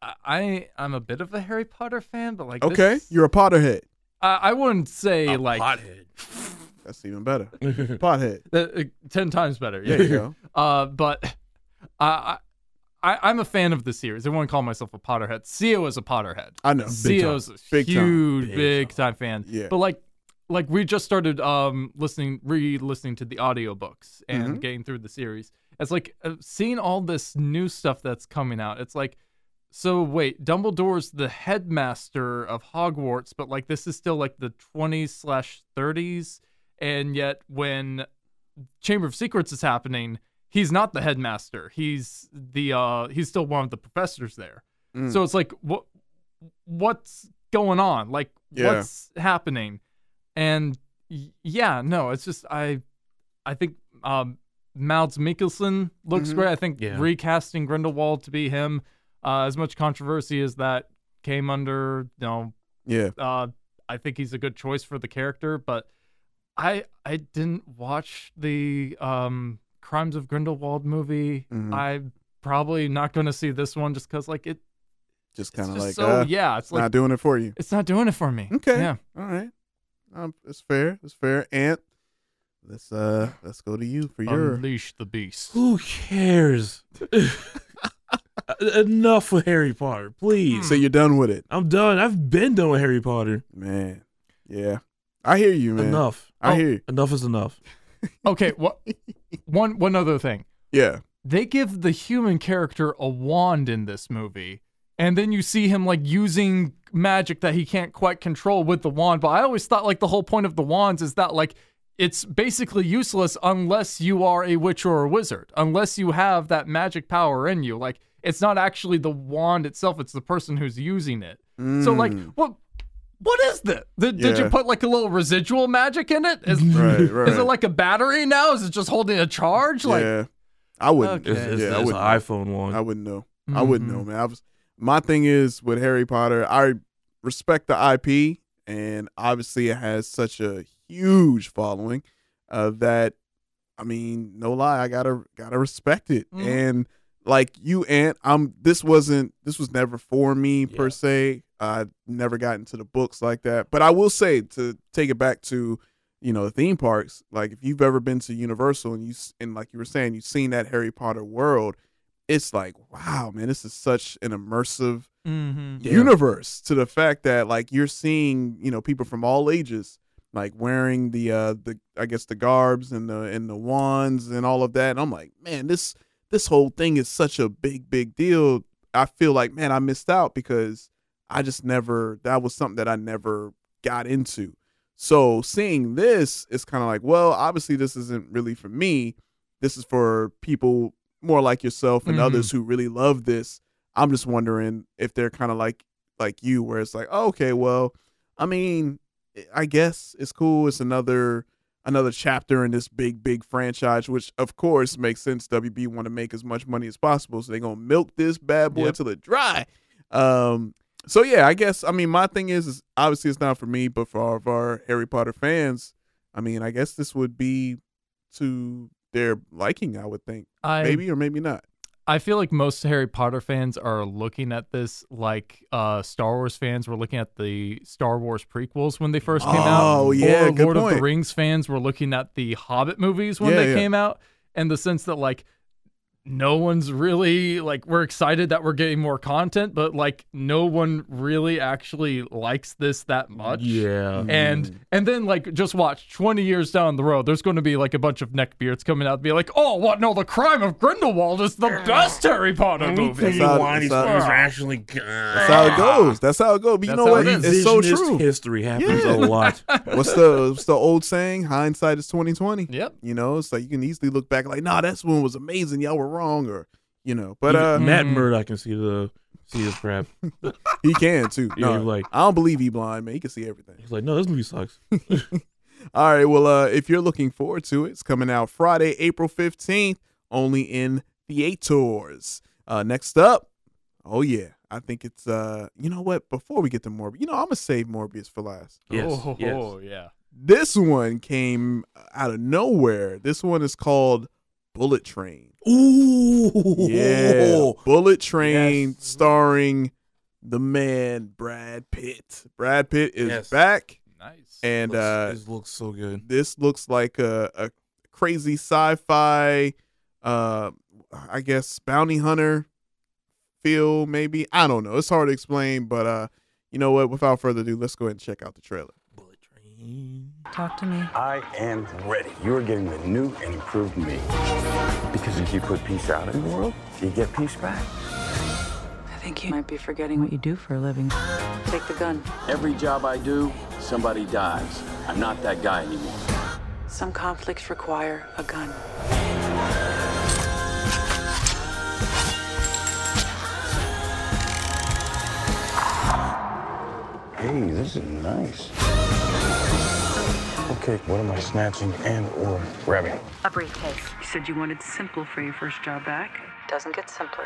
S3: I- I I'm a bit of a Harry Potter fan, but like
S1: okay,
S3: this,
S1: you're a Potterhead.
S3: I, I wouldn't say like
S1: That's even better. Pothead.
S3: That- uh, ten times better. Yeah.
S1: There you go.
S3: Uh, but I, I, I'm a fan of the series. I wouldn't call myself a Potterhead. Sio is a Potterhead.
S1: I know. Big time.
S3: Sio's a
S1: Big time.
S3: huge,
S1: Big
S3: big, time fan.
S1: Yeah.
S3: But like, like we just started um listening, re-listening to the audiobooks and
S1: Mm-hmm.
S11: Mhm.
S3: getting through the series. It's like uh, seeing all this new stuff that's coming out. It's like. So wait, Dumbledore's the headmaster of Hogwarts, but like this is still like the 20s slash 30s, and yet when Chamber of Secrets is happening, he's not the headmaster. He's the uh he's still one of the professors there.
S11: Mm.
S3: So it's like what what's going on? Like
S11: Yeah.
S3: what's happening? And y- yeah, no, it's just I I think um Mads Mikkelsen looks
S11: Mhm.
S3: great. I think
S11: Yeah.
S3: recasting Grindelwald to be him, uh, as much controversy as that came under, you know,
S1: Yeah.
S3: uh, I think he's a good choice for the character, but I I didn't watch the um, Crimes of Grindelwald movie.
S1: Mhm.
S3: I'm probably not going to see this one just because like it.
S1: Just kind of
S3: just
S1: like,
S3: so-
S1: uh,
S3: yeah, it's
S1: not
S3: like-
S1: doing it for you.
S3: It's not doing it for me.
S1: Okay.
S3: Yeah.
S1: All right. Um, it's fair. It's fair. Ant, let's uh, let's go to you for
S3: Um,
S1: your.
S3: Unleash the beast.
S2: Who cares? Enough with Harry Potter, please.
S1: So you're done with it.
S2: I'm done. I've been done with Harry Potter.
S1: Man. Yeah. I hear you, man.
S2: Enough.
S1: I
S2: Oh,
S1: hear you.
S2: Enough is enough.
S3: Okay. What? one one other thing.
S1: Yeah.
S3: They give the human character a wand in this movie, and then you see him like using magic that he can't quite control with the wand. But I always thought like the whole point of the wands is that like it's basically useless unless you are a witch or a wizard, unless you have that magic power in you. Like it's not actually the wand itself; it's the person who's using it. So like,
S11: Mm.
S3: what? What is this? Did, did
S11: Yeah.
S3: you put like a little residual magic in it? Is,
S1: Right,
S3: is it
S1: right.
S3: like a battery now? Is it just holding a charge? Like,
S1: yeah, I wouldn't.
S3: Okay. It's- it's-
S1: yeah, I
S2: it's
S1: wouldn't.
S2: an iPhone one.
S1: I wouldn't know. I wouldn't know,
S2: Mhm.
S1: man. I was, my thing is with Harry Potter, I respect the IP, and obviously it has such a huge following uh, that, I mean, no lie, I gotta gotta respect it.
S11: Mhm.
S1: And like you, Ant, I'm. This wasn't. This was never for me per se. I never got into the books like that. But I will say to take it back to you know the theme parks like if you've ever been to universal and you s- and like you were saying you've seen that harry potter world it's like wow man this is such an immersive
S3: Mhm. Yeah.
S1: universe to the fact that like you're seeing you know people from all ages like wearing the uh the i guess the garbs and the and the wands and all of that and i'm like man this this whole thing is such a big big deal i feel like man i missed out because i just never that was something that i never got into so seeing this is kind of like, well, obviously this isn't really for me. This is for people more like yourself and
S11: Mhm.
S1: others who really love this. I'm just wondering if they're kind of like like you, where it's like, oh, okay, well, I mean, I guess it's cool. It's another another chapter in this big big franchise, which of course makes sense. WB want to make as much money as possible, so they're gonna milk this bad boy
S11: Yep.
S1: till it dry. Um, so yeah, I guess I mean my thing is, is obviously it's not for me, but for all of our Harry Potter fans, I mean, I guess this would be to their liking, I would think.
S3: I-
S1: maybe or maybe not.
S3: I feel like most Harry Potter fans are looking at this like uh, Star Wars fans were looking at the Star Wars prequels when they first came out.
S1: Oh, yeah,
S3: or
S1: good
S3: Lord of the
S1: point.
S3: Rings fans were looking at the Hobbit movies when
S1: Yeah,
S3: they
S1: yeah.
S3: came out, and the sense that like no one's really like we're excited that we're getting more content but like no one really actually likes this that much
S2: Yeah.
S3: and and then like just watch 20 years down the road there's going to be like a bunch of neckbeards coming out and be like oh what no the crime of grindelwald is the best harry potter movie
S1: That's how- that's how- That's how it goes. That's how it goes. But you
S3: Ah. That's
S1: know
S3: how
S1: what?
S3: it is.
S1: It's so
S3: Revisionist
S1: true.
S2: history happens a lot.
S1: what's the what's the old saying? Hindsight is twenty twenty.
S3: Yep.
S1: You know, it's like you can easily look back like, nah, that's one was amazing. Y'all were wrong, or you know. But uh,
S2: Even Matt Murdock can see the see his crap.
S1: he can too.
S2: Yeah,
S1: No,
S2: you're like-
S1: I don't believe he blind man. He can see everything.
S2: He's like, no, this movie sucks.
S1: All right. Well, uh, if you're looking forward to it, it's coming out Friday, April 15th, only in theaters. Uh, next up, oh, yeah. I think it's, uh, you know what? Before we get to Morbius, you know, I'm going to save Morbius for last.
S3: oh, oh, yeah
S1: This one came out of nowhere. This one is called Bullet Train.
S2: Ooh.
S1: Yeah. Bullet Train starring the man, Brad Pitt. Brad Pitt is
S2: Yes.
S1: back.
S3: Nice.
S1: And
S2: Looks-
S1: uh,
S2: this looks so good.
S1: this looks like a, a crazy sci-fi uh i guess bounty hunter feel maybe i don't know it's hard to explain but uh you know what without further ado let's go ahead and check out the trailer
S11: Talk to me.
S12: I am ready. You are getting the new and improved me. Because if you put peace out in the world, you get peace back.
S11: I think you might be forgetting what you do for a living. Take the gun.
S12: Every job I do, somebody dies. I'm not that guy anymore.
S11: Some conflicts require a gun.
S12: Hey, this is nice. Okay, what am I snatching and or grabbing?
S11: A briefcase. You said you wanted simple for your first job back. Doesn't get simpler.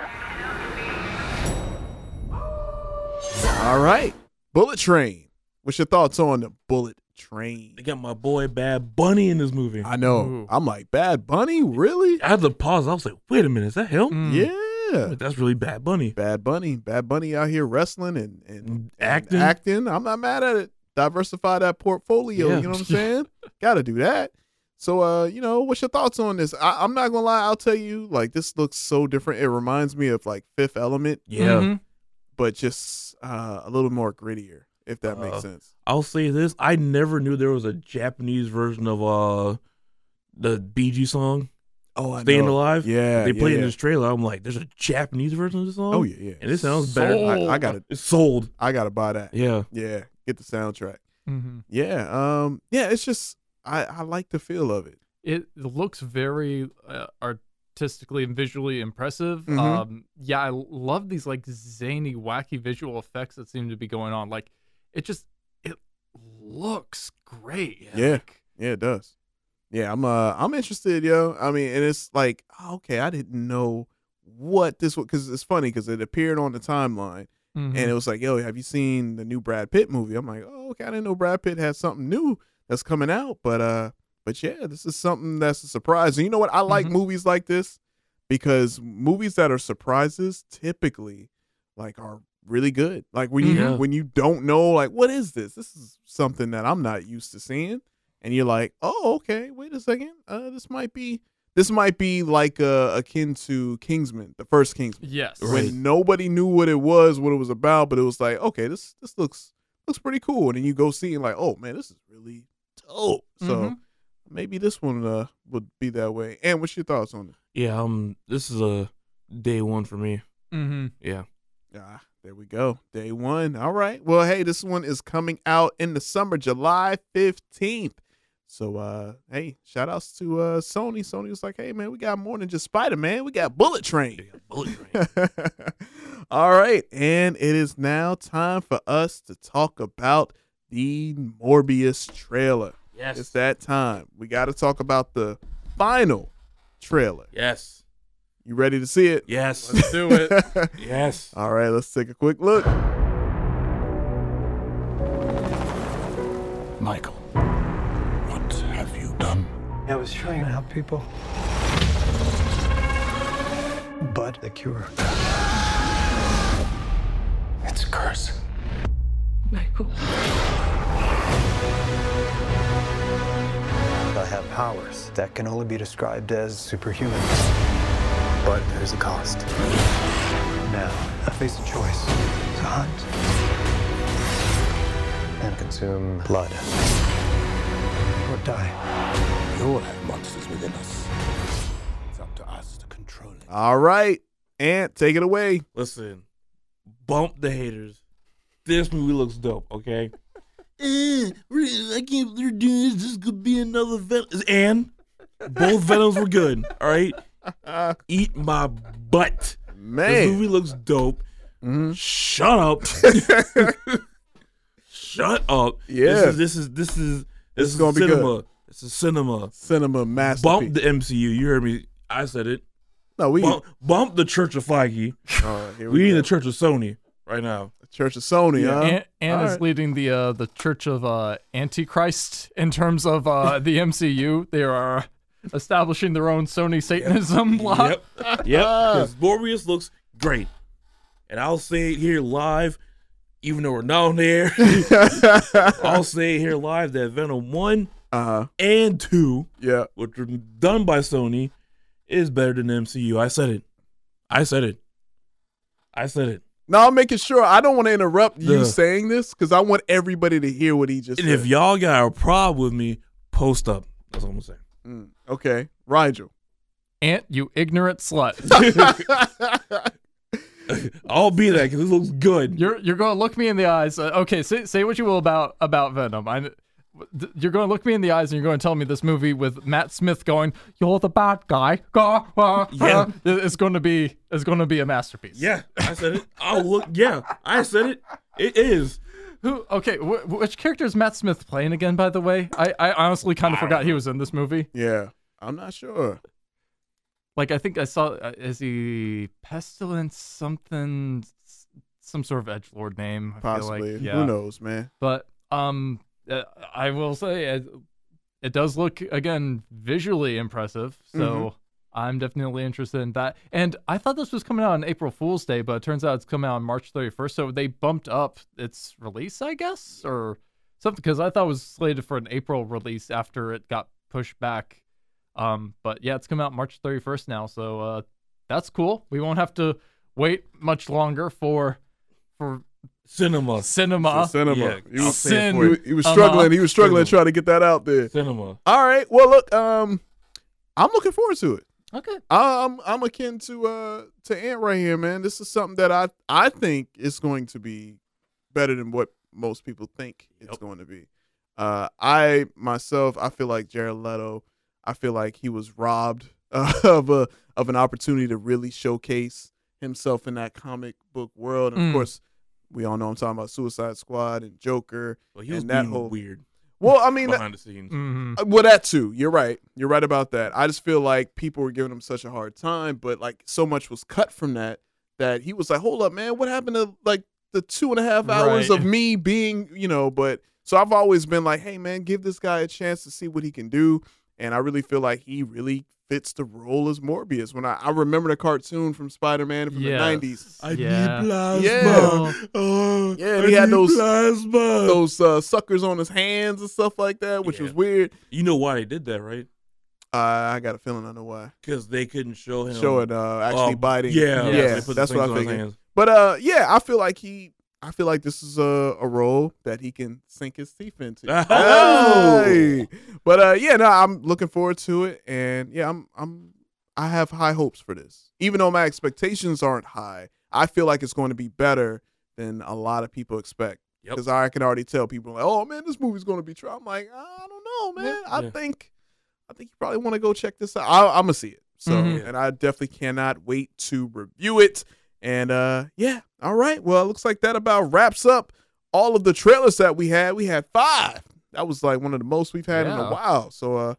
S1: all right bullet train what's your thoughts on the bullet train
S2: They got my boy Bad Bunny in this movie.
S1: I know. I'm like, Bad Bunny? Really?
S2: I had to pause. I was like, wait a minute, is that
S1: Mm.
S2: him?
S1: yeah
S2: That's really Bad Bunny.
S1: bad bunny bad bunny out here wrestling and and
S2: Mm, Acting.
S1: acting i'm not mad at it diversify that portfolio
S2: Yeah.
S1: you know what i'm saying gotta do that so uh you know what's your thoughts on this I, i'm not gonna lie i'll tell you like this looks so different it reminds me of like fifth element
S2: Yeah. Mhm.
S3: Mm-hmm.
S1: but just uh a little more grittier if that makes
S2: Uh,
S1: sense
S2: I'll say this: I never knew there was a Japanese version of uh the BG song.
S1: Oh, I
S2: Staying
S1: know.
S2: Alive.
S1: Yeah,
S2: they
S1: Uh, yeah,
S2: played in
S1: yeah.
S2: this trailer. I'm like, there's a Japanese version of this song.
S1: oh yeah yeah
S2: And it sounds better.
S1: I, I gotta
S2: It's sold.
S1: i gotta buy that
S2: Yeah.
S1: yeah get the soundtrack Mm-hmm.
S3: Mhm.
S1: yeah um yeah it's just i i like the feel of it
S3: it looks very uh, artistically and visually impressive.
S1: Mhm.
S3: Um, yeah, I love these like zany, wacky visual effects that seem to be going on. Like, it just it looks great.
S1: Yeah. yeah, it does. Yeah, I'm uh I'm interested, yo. I mean, and it's like, oh, okay, I didn't know what this was cuz it's funny cuz it appeared on the timeline
S3: Mhm.
S1: and it was like, yo, have you seen the new Brad Pitt movie? I'm like, oh, okay, I didn't know Brad Pitt had something new that's coming out, but uh but yeah, this is something that's a surprise. And you know what? I like movies like this because movies that are surprises typically like are really good. Like when you
S2: Yeah.
S1: when you don't know like what is this? This is something that I'm not used to seeing and you're like, "Oh, okay. Wait a second. Uh this might be this might be like uh, akin to Kingsman, the first Kingsman.
S3: Yes. Right.
S1: When nobody knew what it was, what it was about, but it was like, "Okay, this this looks looks pretty cool." And then you go see and like, "Oh, man, this is really dope." So
S2: Mhm.
S1: maybe this one uh, would be that way. And what's your thoughts on it?
S2: Yeah. Um. This is a day one for me.
S3: Mm-hmm.
S2: Yeah.
S1: Ah, there we go. Day one. All right. Well, hey, this one is coming out in the summer, July 15th. So uh hey, shout outs to uh Sony. Sony was like, hey man, we got more than just Spider Man. We got Bullet Train. All right, and it is now time for us to talk about the Morbius trailer.
S2: Yes.
S1: It's that time. We gotta talk about the final trailer.
S2: Yes.
S1: You ready to see it?
S2: Yes.
S3: Let's do it.
S2: yes.
S1: All right, let's take a quick look.
S13: Michael, what have you done?
S14: I was trying to help people. But the cure.
S13: It's a curse.
S11: Michael.
S14: I have powers that can only be described as superhuman. But there's a cost. Now, I face a choice to hunt and consume blood or die.
S13: We all have monsters within us. It's up to us to control it.
S1: All right, Ant, take it away.
S2: Listen, bump the haters. This movie looks dope, okay? Eh, really, I can't believe they're doing this. This could be another Venom. And both Venoms were good, all right? Eat my butt.
S1: Man.
S2: This movie looks dope.
S1: Mm-hmm.
S2: Shut up. Shut up.
S1: Yeah.
S2: This is this is this is
S1: This
S2: this,
S1: is
S2: is
S1: gonna be
S2: cinema.
S1: good.
S2: It's a cinema.
S1: Cinema masterpiece.
S2: Bump the MCU. You heard me. I said it.
S1: No, we-
S2: bump, bump the Church of Feige.
S1: here
S2: we
S1: we
S2: need the Church of Sony right now.
S1: Church of Sony, huh?
S3: And,
S1: All
S3: is
S1: right.
S3: leading the uh, the Church of uh, Antichrist in terms of uh, the MCU. They are establishing their own Sony Satanism block.
S2: Yep. Yep. 'Cause Morbius looks great, and I'll say it here live, even though we're not on there. I'll say it here live that Venom one
S1: uh
S2: and two,
S1: yeah,
S2: which were done by Sony, is better than the MCU. I said it. I said it. I said it.
S1: No, I'm making sure I don't want to interrupt you
S2: Yeah.
S1: saying this because I want everybody to hear what he just
S2: And
S1: said.
S2: if y'all got a problem with me, post up. That's what I'm saying.
S1: Mm, okay, Rigel.
S3: Ant, you ignorant slut.
S2: I'll be that because it looks good.
S3: You're you're going to look me in the eyes. Uh, okay, say say what you will about about Venom. I, th- you're going to look me in the eyes and you're going to tell me this movie with Matt Smith going, "You're the bad guy." Gah, wah,
S2: Yeah.
S3: wah." It- It's going to be it's going to be a masterpiece.
S2: Yeah, I said it. I'll look. Yeah, I said it. It is.
S3: Who? Okay, wh- which character is Matt Smith playing again? By the way, I, I honestly kind of forgot he was in this movie.
S1: Yeah, I'm not sure.
S3: Like I think I saw uh, is he Pestilence something, s- some sort of edge lord name. I feel like.
S1: Possibly.
S3: Yeah.
S1: Who knows, man?
S3: But um, uh, I will say it, it does look again visually impressive. So
S1: Mhm.
S3: I'm definitely interested in that. And I thought this was coming out on April Fool's Day, but it turns out it's coming out on March 31st. So they bumped up its release, I guess, or something, because I thought it was slated for an April release after it got pushed back. Um, but yeah, it's coming out March 31st now. So uh, that's cool. We won't have to wait much longer for for
S2: Cinema.
S3: cinema.
S1: So cinema. He was-
S3: Sin-
S1: he was- he was struggling. He was struggling
S2: Cinema.
S1: trying to get that out there.
S2: Cinema.
S1: All right. Well, look, um, I'm looking forward to it.
S3: Okay.
S1: I'm I'm akin to uh to Ant right here, man. This is something that I I think is going to be better than what most people think it's going to be. Uh, I myself, I feel like Jared Leto. I feel like he was robbed uh, of a of an opportunity to really showcase himself in that comic book world. And
S2: Mm.
S1: of course, we all know I'm talking about Suicide Squad and Joker
S2: Well, he was
S1: and that
S2: being
S1: whole
S2: weird.
S1: Well, I mean,
S2: behind the scenes.
S3: Mm-hmm.
S1: uh, Well, that too. You're right. You're right about that. I just feel like people were giving him such a hard time, but like so much was cut from that that he was like, "Hold up, man, what happened to like the two and a half hours
S3: Right.
S1: of me being, you know?" But so I've always been like, "Hey, man, give this guy a chance to see what he can do," and I really feel like he really fits the role as Morbius. When I, I remember the cartoon from Spider Man from
S3: Yes.
S1: the '90s,
S2: I
S3: Yeah.
S2: need plasma.
S1: Yeah.
S2: Oh,
S1: yeah,
S2: I
S1: and he had
S2: need
S1: those
S2: plasma.
S1: those uh, suckers on his hands and stuff like that, which was weird.
S2: You know why they did that, right?
S1: Uh, I got a feeling I know why.
S2: Because they couldn't show him.
S1: Show it uh, actually
S2: Oh,
S1: biting.
S2: Yeah,
S1: yeah,
S2: they put the
S1: that's
S2: things
S1: what
S2: on
S1: I
S2: his
S1: figured.
S2: hands.
S1: But uh, yeah, I feel like he, I feel like this is a, a role that he can sink his teeth into.
S2: Oh.
S1: Hey! But uh, yeah, no, I'm looking forward to it, and yeah, I'm, I'm, I have high hopes for this. Even though my expectations aren't high, I feel like it's going to be better than a lot of people expect.
S2: Yep.
S1: Because I can already tell people like, oh man, this movie's going to be true. I'm like, I don't know, man. I
S2: Yeah.
S1: think, I think you probably want to go check this out. I, I'm gonna see it. So,
S2: Mhm.
S1: and I definitely cannot wait to review it. And uh yeah, all right. Well, it looks like that about wraps up all of the trailers that we had. We had five. That was like one of the most we've had in a
S3: Yeah.
S1: while. So, uh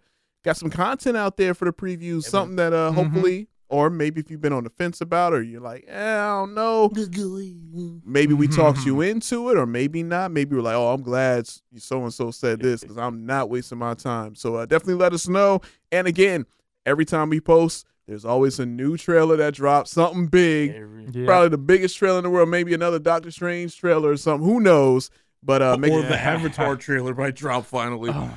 S1: got some content out there for the previews. Something that uh hopefully, or maybe if you've been on the fence about, or you're like, eh, I don't know. Maybe we talked you
S2: Mm-hmm.
S1: into it, or maybe not. Maybe we're like, oh, I'm glad so and so said this because I'm not wasting my time. So uh, definitely let us know. And again, every time we post, there's always a new trailer that drops, something big,
S3: Yeah.
S1: probably the biggest trailer in the world, maybe another Doctor Strange trailer or something. Who knows? But uh, make
S2: or the Avatar trailer might drop finally.
S1: oh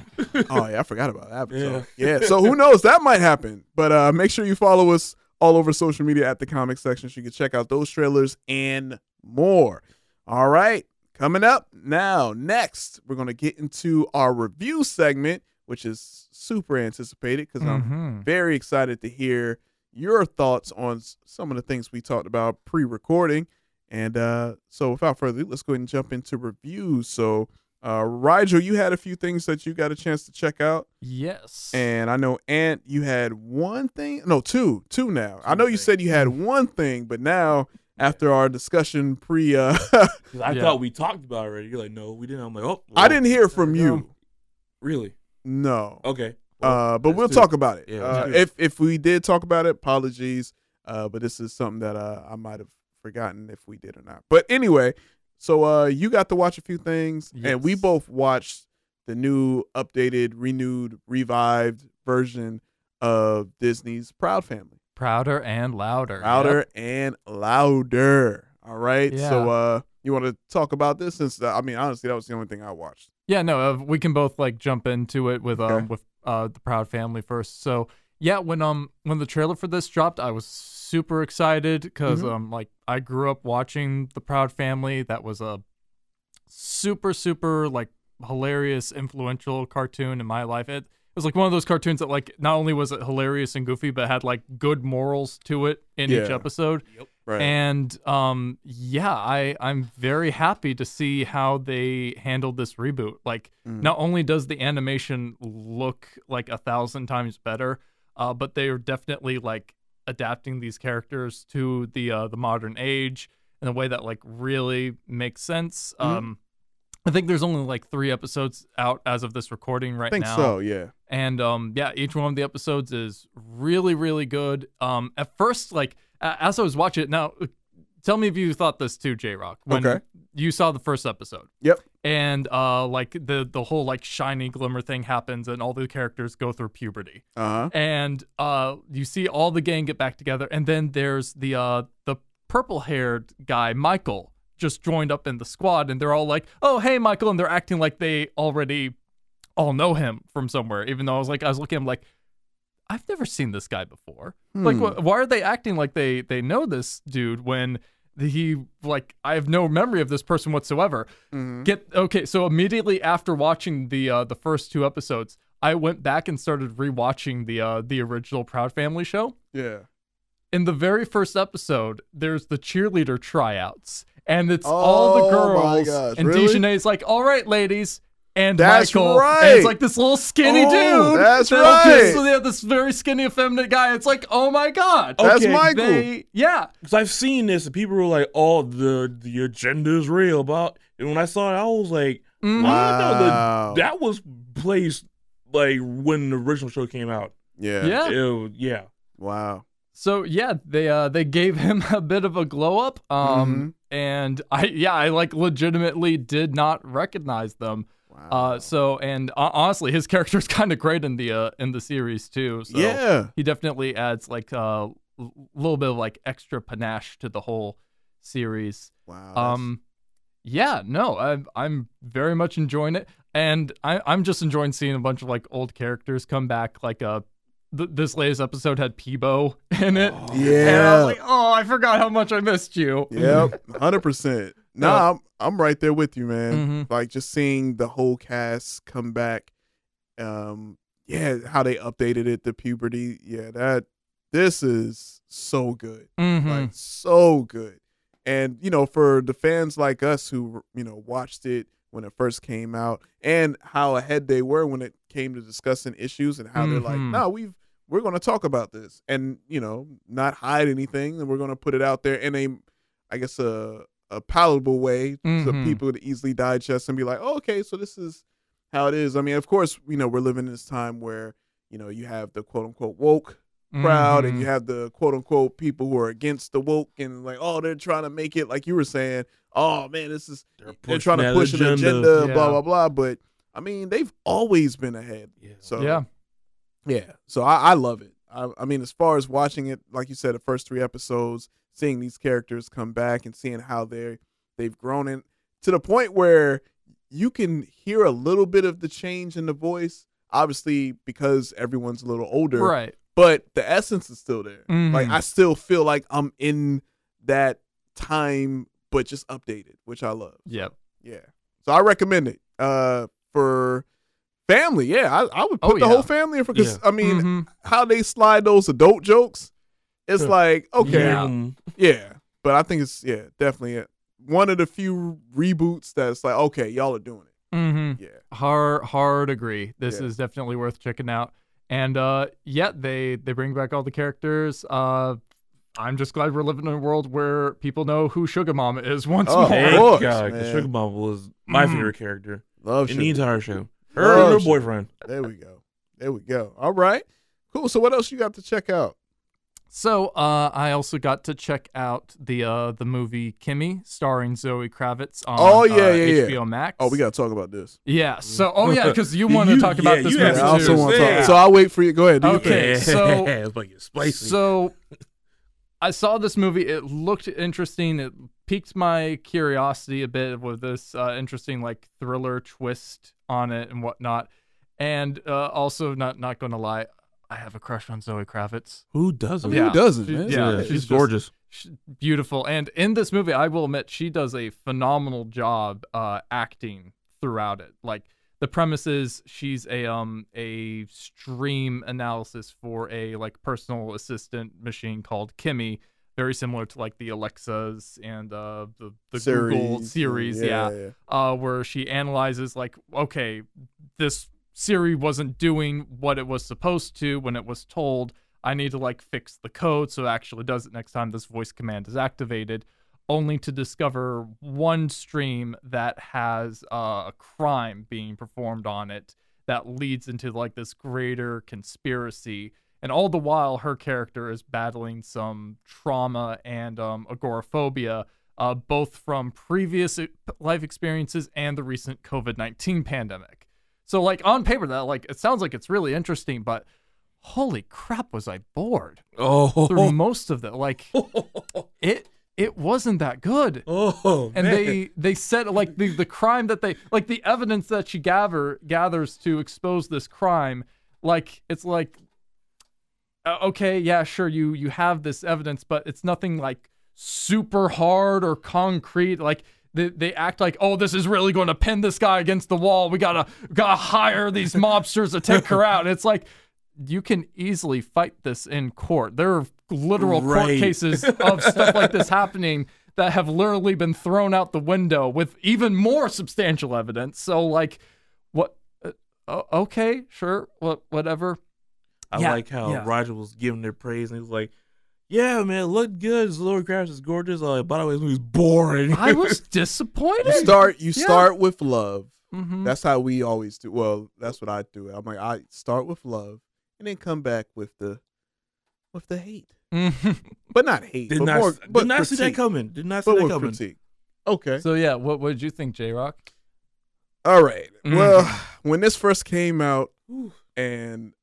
S1: yeah, I forgot about Avatar. Yeah. So who knows? That might happen. But uh, make uh, sure you follow us all over social media at the comic section. So you can check out those trailers and more. All right. Coming up now, next, we're going to get into our review segment, which is super anticipated because I'm
S2: Mm-hmm.
S3: Mhm.
S1: very excited to hear your thoughts on s- some of the things we talked about pre recording. And uh, so, without further ado, let's go ahead and jump into reviews. So, uh, Rigel, you had a few things that you got a chance to check out.
S3: Yes.
S1: And I know, Ant, you had one thing. No, two. Two now. I know you said you had one thing, but now, after our discussion pre. Uh,
S2: 'Cause I thought we talked about it already. You're like, no, we didn't. I'm like, oh,
S1: I didn't hear from you.
S2: really?
S1: No.
S2: Okay.
S1: uh, but we'll
S2: do
S1: talk
S2: it.
S1: about it.
S2: Yeah, let's
S1: uh,
S2: do it.
S1: if if we did talk about it, apologies. Uh, but this is something that uh, I might have forgotten if we did or not. But anyway, so uh, you got to watch a few things, and we both watched the new, updated, renewed, revived version of Disney's Proud Family.
S3: Prouder and louder.
S1: Louder
S3: Yep.
S1: and louder. All right. So
S3: Yeah.
S1: uh, you want to talk about this? Since uh, I mean, honestly, that was the only thing I watched.
S3: Yeah, no, uh, we can both like jump into it with um with uh the Proud Family first. So yeah, when um when the trailer for this dropped, I was super excited because
S15: Mhm.
S3: um like I grew up watching the Proud Family. That was a super super like hilarious influential cartoon in my life. It it was like one of those cartoons that like not only was it hilarious and goofy, but had like good morals to it in each
S15: Yeah.
S3: episode.
S15: Yep. Right.
S3: And um, yeah, I I'm very happy to see how they handled this reboot. Like,
S15: Mm.
S3: not only does the animation look like a thousand times better, uh, but they are definitely like adapting these characters to the uh, the modern age in a way that like really makes sense.
S15: Mhm.
S3: Um, I think there's only like three episodes out as of this recording right
S1: Think
S3: now.
S1: so, yeah.
S3: And um, yeah, each one of the episodes is really, really good. Um, at first, like a- as I was watching it, now uh, tell me if you thought this too, J Rock. When
S1: Okay.
S3: You saw the first episode.
S1: Yep.
S3: And uh, like the the whole like shiny glimmer thing happens, and all the characters go through puberty.
S1: Uh huh.
S3: And uh, you see all the gang get back together, and then there's the uh, the purple haired guy Michael just joined up in the squad, and they're all like, "Oh, hey, Michael," and they're acting like they already all know him from somewhere. Even though I was like, I was looking at him like, I've never seen this guy before. Like,
S15: Hmm.
S3: wh- why are they acting like they they know this dude when the- he like I have no memory of this person whatsoever.
S15: Mhm.
S3: Get okay. So immediately after watching the uh, the first two episodes, I went back and started rewatching the uh, the original Proud Family show.
S1: Yeah.
S3: In the very first episode, there's the cheerleader tryouts, and it's all the
S15: Oh
S3: girls.
S15: my gosh,
S3: and
S15: really?
S3: Dejanay's like, "All right, ladies." And
S15: That's
S3: Michael,
S15: right.
S3: and it's like this little skinny
S15: Oh,
S3: dude.
S15: that's
S3: that-
S15: right.
S3: So they have this very skinny, effeminate guy. It's like, oh my god,
S2: Okay,
S3: they- yeah,
S2: because I've seen this, and people were like, "Oh, the the agenda is real." About and when I saw it, I was like,
S3: Mhm.
S2: "I didn't know the-
S1: Oh.
S3: Wow.
S2: that was placed like when the original show came out."
S1: Yeah,
S3: Yeah.
S2: Ew, yeah.
S1: Wow.
S3: So yeah, they uh they gave him a bit of a glow up.
S15: Mm-hmm.
S3: Um and I yeah, I like legitimately did not recognize them. Wow. Uh so and uh, honestly, his character is kind of great in the uh in the series too. So
S1: Yeah.
S3: he definitely adds like a little bit of like extra panache to the whole series.
S1: Wow.
S3: Um yeah, no, I'm I'm very much enjoying it, and I, I'm just enjoying seeing a bunch of like old characters come back. Like uh, th- this latest episode had Peebo in it. and I
S1: yeah.
S3: was like, oh, I forgot how much I missed you.
S1: Yep, hundred percent. Nah, I'm I'm right there with you, man.
S3: Mm-hmm.
S1: Like just seeing the whole cast come back. Um, yeah, how they updated it to puberty. Yeah, that this is so good,
S3: Mhm.
S1: like so good. And you know, for the fans like us who you know watched it when it first came out, and how ahead they were when it came to discussing issues, and how they're like,
S15: Mhm.
S1: no, we've we're going to talk about this and you know not hide anything and we're going to put it out there in a i guess a, a palatable way so
S15: Mhm.
S1: people to easily digest and be like oh, okay so this is how it is i mean of course you know we're living in this time where you know you have the quote unquote woke crowd and
S2: Mm-hmm.
S15: Mhm.
S1: you have the quote unquote people who are against the woke and like oh they're trying to make it like you were saying oh man this is they're,
S2: pushing
S1: trying to
S2: that
S1: push an
S2: agenda.
S1: agenda blah
S2: Yeah.
S1: blah blah but i mean they've always been ahead yeah. so
S3: Yeah.
S1: yeah. So I, I love it. I, I mean, as far as watching it, like you said, the first three episodes, seeing these characters come back and seeing how they they've grown in to the point where you can hear a little bit of the change in the voice. Obviously, because everyone's a little older,
S3: Right.
S1: but the essence is still there.
S3: Mhm.
S1: Like I still feel like I'm in that time, but just updated, which I love.
S3: Yep.
S1: Yeah. So I recommend it uh, for family. Yeah, I, I would put
S3: Oh,
S1: the
S3: yeah.
S1: whole family in because
S3: Yeah. Mm-hmm.
S1: I mean, how they slide those adult jokes, it's like okay,
S3: Yeah.
S1: yeah. But I think it's yeah, definitely it. one of the few reboots that's like okay, y'all are doing it.
S3: Mm-hmm.
S1: Yeah.
S3: Hard, hard agree. This
S1: Yeah.
S3: is definitely worth checking out. And uh, yeah, they they bring back all the characters. Uh, I'm just glad we're living in a world where people know who Sugar Mama is once
S2: Oh,
S3: more.
S2: thank God, 'cause Sugar Mama was my
S3: Mm.
S2: favorite character
S1: Love
S2: in
S1: Sugar.
S2: the entire show. Her
S1: Love
S2: and her
S1: Sugar.
S2: boyfriend.
S1: There we go. There we go. All right. Cool. So what else you got to check out?
S3: So uh, I also got to check out the uh, the movie Kimmy, starring Zoe Kravitz on
S1: oh yeah,
S3: uh,
S1: yeah, yeah.
S3: HBO Max.
S1: Oh, we gotta talk about this.
S3: Yeah. So, oh yeah, because you want to talk about this movie
S1: I also
S3: too.
S1: want to talk. So I'll wait for you. Go ahead. Do your
S3: Okay,
S1: thing.
S3: so
S2: it's spicy.
S3: So I saw this movie. It looked interesting. It piqued my curiosity a bit with this uh, interesting like thriller twist on it and whatnot. And uh, also, not not going to lie, I have a crush on Zoe Kravitz.
S2: Who doesn't?
S3: Yeah.
S2: Who doesn't,
S3: She-
S2: man?
S3: yeah,
S2: Yeah,
S3: she's,
S2: she's
S3: just
S2: gorgeous.
S3: sh- beautiful. And in this movie, I will admit, she does a phenomenal job uh, acting throughout it. Like the premise is she's a um a stream analysis for a like personal assistant machine called Kimmy, very similar to like the Alexas and uh the the Google
S1: Series.
S3: series,
S1: Yeah,
S3: yeah,
S1: yeah.
S3: Uh, where she analyzes like okay, this Siri wasn't doing what it was supposed to when it was told. I need to like fix the code so it actually does it next time this voice command is activated. Only to discover one stream that has uh, a crime being performed on it that leads into like this greater conspiracy. And all the while, her character is battling some trauma and um, agoraphobia, uh, both from previous e- life experiences and the recent COVID 19 pandemic. So, like, on paper, that like it sounds like it's really interesting, but holy crap, was I bored
S2: Oh.
S3: through most of that. Like, it. It wasn't that good.
S2: Oh,
S3: and
S2: man.
S3: they they said like the, the crime that they like the evidence that she gather gathers to expose this crime, like it's like uh, okay, yeah, sure, you you have this evidence, but it's nothing like super hard or concrete. Like they, they act like, oh, this is really going to pin this guy against the wall. We gotta gotta hire these mobsters to take her out. It's like you can easily fight this in court. There are literal court
S2: Right.
S3: cases of stuff like this happening that have literally been thrown out the window with even more substantial evidence. So like, what? Uh, o- okay, sure, what, whatever.
S2: I
S3: Yeah,
S2: like how
S3: yeah.
S2: Roger was giving their praise and he was like, Yeah, man, it looked good. Zoe Kravitz is gorgeous. Uh, by the way, this movie's boring.
S3: I was disappointed.
S1: You start. You
S3: Yeah.
S1: start with love.
S3: Mhm.
S1: That's how we always do. Well, that's what I do. I'm like I start with love and then come back with the with the hate, but not hate.
S2: Did
S1: but
S2: not-
S1: more,
S2: did
S1: but
S2: not see that
S1: critique.
S2: coming. Did not see
S1: But
S2: that
S1: with
S2: coming.
S1: Critique. Okay.
S3: So yeah, what what did you think, J Rock?
S1: All right.
S3: Mm.
S1: Well, when this first came out, and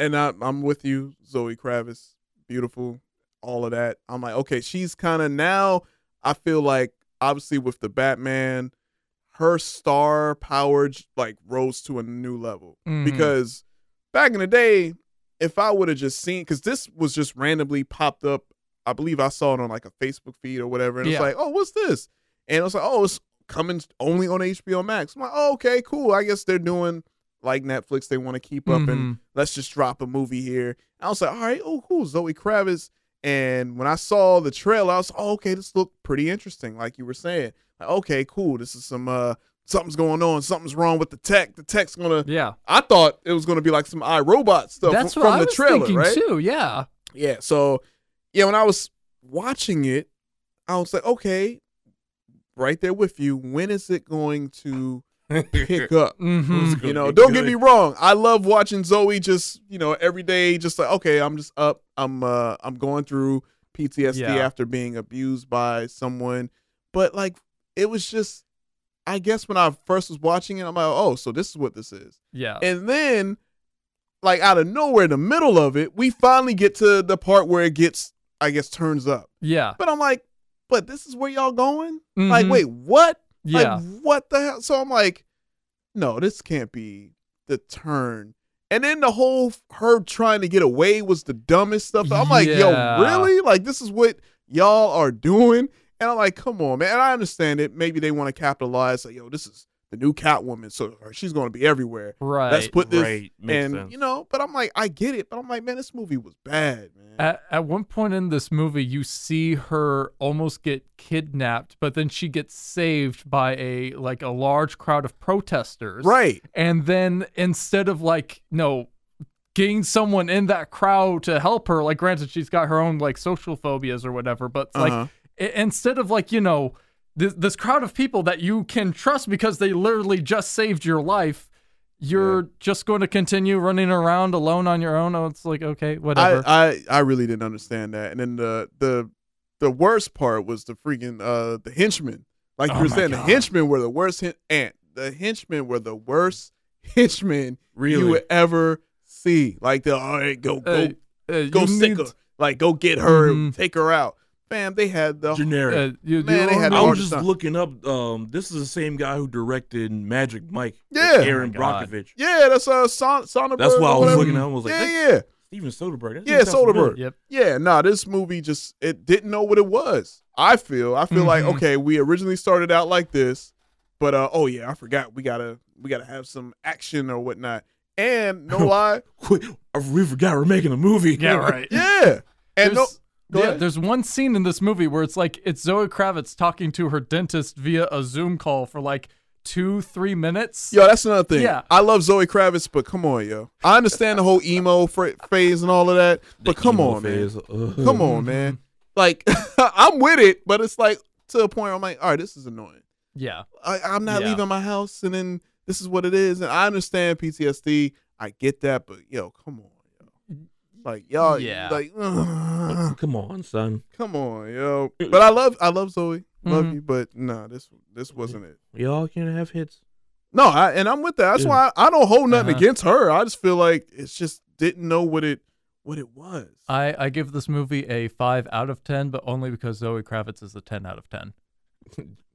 S1: and I, I'm with you, Zoe Kravitz, beautiful, all of that. I'm like, okay, she's kind of now. I feel like obviously with the Batman, her star power j- like rose to a new level
S3: Mhm.
S1: because back in the day, if I would have just seen, because this was just randomly popped up. I believe I saw it on like a Facebook feed or whatever, and it's
S3: Yeah.
S1: like, oh, what's this? And it was like, oh, it's coming only on HBO Max. I'm like, oh, okay, cool. I guess they're doing like Netflix. They want to keep up and
S3: Mhm.
S1: let's just drop a movie here. And I was like, all right, oh, cool, Zoe Kravitz. And when I saw the trailer, I was oh, okay, this looked pretty interesting, like you were saying. Like, okay, cool. This is some uh something's going on, something's wrong with the tech. The tech's gonna
S3: Yeah.
S1: I thought it was gonna be like some iRobot stuff
S3: That's
S1: from,
S3: what
S1: from
S3: I
S1: the
S3: was
S1: trailer,
S3: thinking
S1: right?
S3: too. Yeah.
S1: Yeah. So, yeah, when I was watching it, I was like, okay, right there with you. When is it going to pick up?
S3: Mhm.
S1: You know, don't get me wrong. I love watching Zoe just, you know, every day, just like, okay, I'm just up. I'm uh I'm going through PTSD
S3: Yeah.
S1: after being abused by someone. But like it was just I guess when I first was watching it, I'm like, oh, so this is what this is.
S3: Yeah.
S1: And then, like out of nowhere, in the middle of it, we finally get to the part where it gets, I guess, turns up.
S3: Yeah.
S1: But I'm like, but this is where y'all going? Like, wait, what?
S3: Mm-hmm. Yeah.
S1: Like, what the hell? So I'm like, no, this can't be the turn And then the whole f- her trying to get away was the dumbest stuff. I'm like, yo,
S3: Yeah.
S1: really? Like this is what y'all are doing? And I'm like, come on, man. And I understand it. Maybe they want to capitalize. Like, yo, this is the new Catwoman, so she's going to be everywhere.
S3: Right.
S1: Let's put this
S3: Right. Makes
S1: and
S3: sense.
S1: you know. But I'm like, I get it. But I'm like, man, this movie was bad. Man.
S3: At, at one point in this movie, you see her almost get kidnapped, but then she gets saved by a like a large crowd of protesters.
S1: Right.
S3: And then instead of like no getting someone in that crowd to help her, like granted she's got her own like social phobias or whatever, but like
S1: Uh-huh.
S3: i- instead of like you know this, this crowd of people that you can trust because they literally just saved your life. You're just going to continue running around alone on your own. Oh, it's like okay, whatever.
S1: I, I I really didn't understand that. And then the the the worst part was the freaking uh the henchmen. Like you
S2: Oh
S1: were
S2: my
S1: saying,
S2: God.
S1: the henchmen were the worst hen- and the henchmen were the worst henchmen
S2: Really?
S1: you would ever see. Like the all right, go go
S2: Hey,
S3: Uh,
S2: hey,
S1: go
S2: you
S1: sick
S2: need-
S1: her. Like go get her,
S2: Mhm.
S1: take her out. Fam, they had the
S3: uh,
S2: generic.
S1: man, they had the
S2: I was
S1: hardest
S2: just
S1: time.
S2: looking up. Um, this is the same guy who directed Magic Mike. with
S1: Yeah.
S2: Aaron
S1: Oh my God.
S2: Brockovich.
S1: Yeah, that's uh Son- Soderbergh.
S2: That's why I
S1: or
S2: was
S1: whatever.
S2: looking at. him, I was like,
S1: yeah,
S2: that-
S1: yeah.
S2: Steven Soderbergh. that
S1: Yeah,
S2: doesn't sound familiar.
S1: Soderbergh. Yeah, nah, this movie just it didn't know what it was. I feel I feel like
S2: Mhm.
S1: okay, we originally started out like this, but uh oh yeah, I forgot we gotta we gotta have some action or whatnot. And no lie,
S2: Quit. I- We forgot we're making a movie.
S3: Yeah, right.
S1: yeah, and no,
S3: there's,
S1: go
S3: yeah,
S1: ahead.
S3: there's one scene in this movie where it's like it's Zoe Kravitz talking to her dentist via a Zoom call for like two, three minutes.
S1: Yo, that's another thing.
S3: Yeah.
S1: I love Zoe Kravitz, but come on, yo. I understand the whole emo fr- phase and all of that, but come
S2: emo
S1: on,
S2: phase,
S1: man.
S2: ugh.
S1: Come on, man. Like, I'm with it, but it's like to a point where I'm like, all right, this is annoying.
S3: Yeah.
S1: I, I'm not
S3: Yeah.
S1: leaving my house, and then this is what it is. And I understand PTSD. I get that, but yo, come on, yo. Like y'all,
S2: Yeah.
S1: like ugh.
S2: Come on, son.
S1: come on, yo. But I love, I love Zoe, love
S2: Mhm.
S1: you, but nah, this this wasn't it.
S2: We all can have hits.
S1: No, I, and I'm with that. That's
S2: Yeah.
S1: why I, I don't hold nothing
S3: Uh-huh.
S1: against her. I just feel like it's just didn't know what it what it was.
S2: Uh,
S3: I, I give this movie a five out of ten, but only because Zoe Kravitz is a ten out of ten.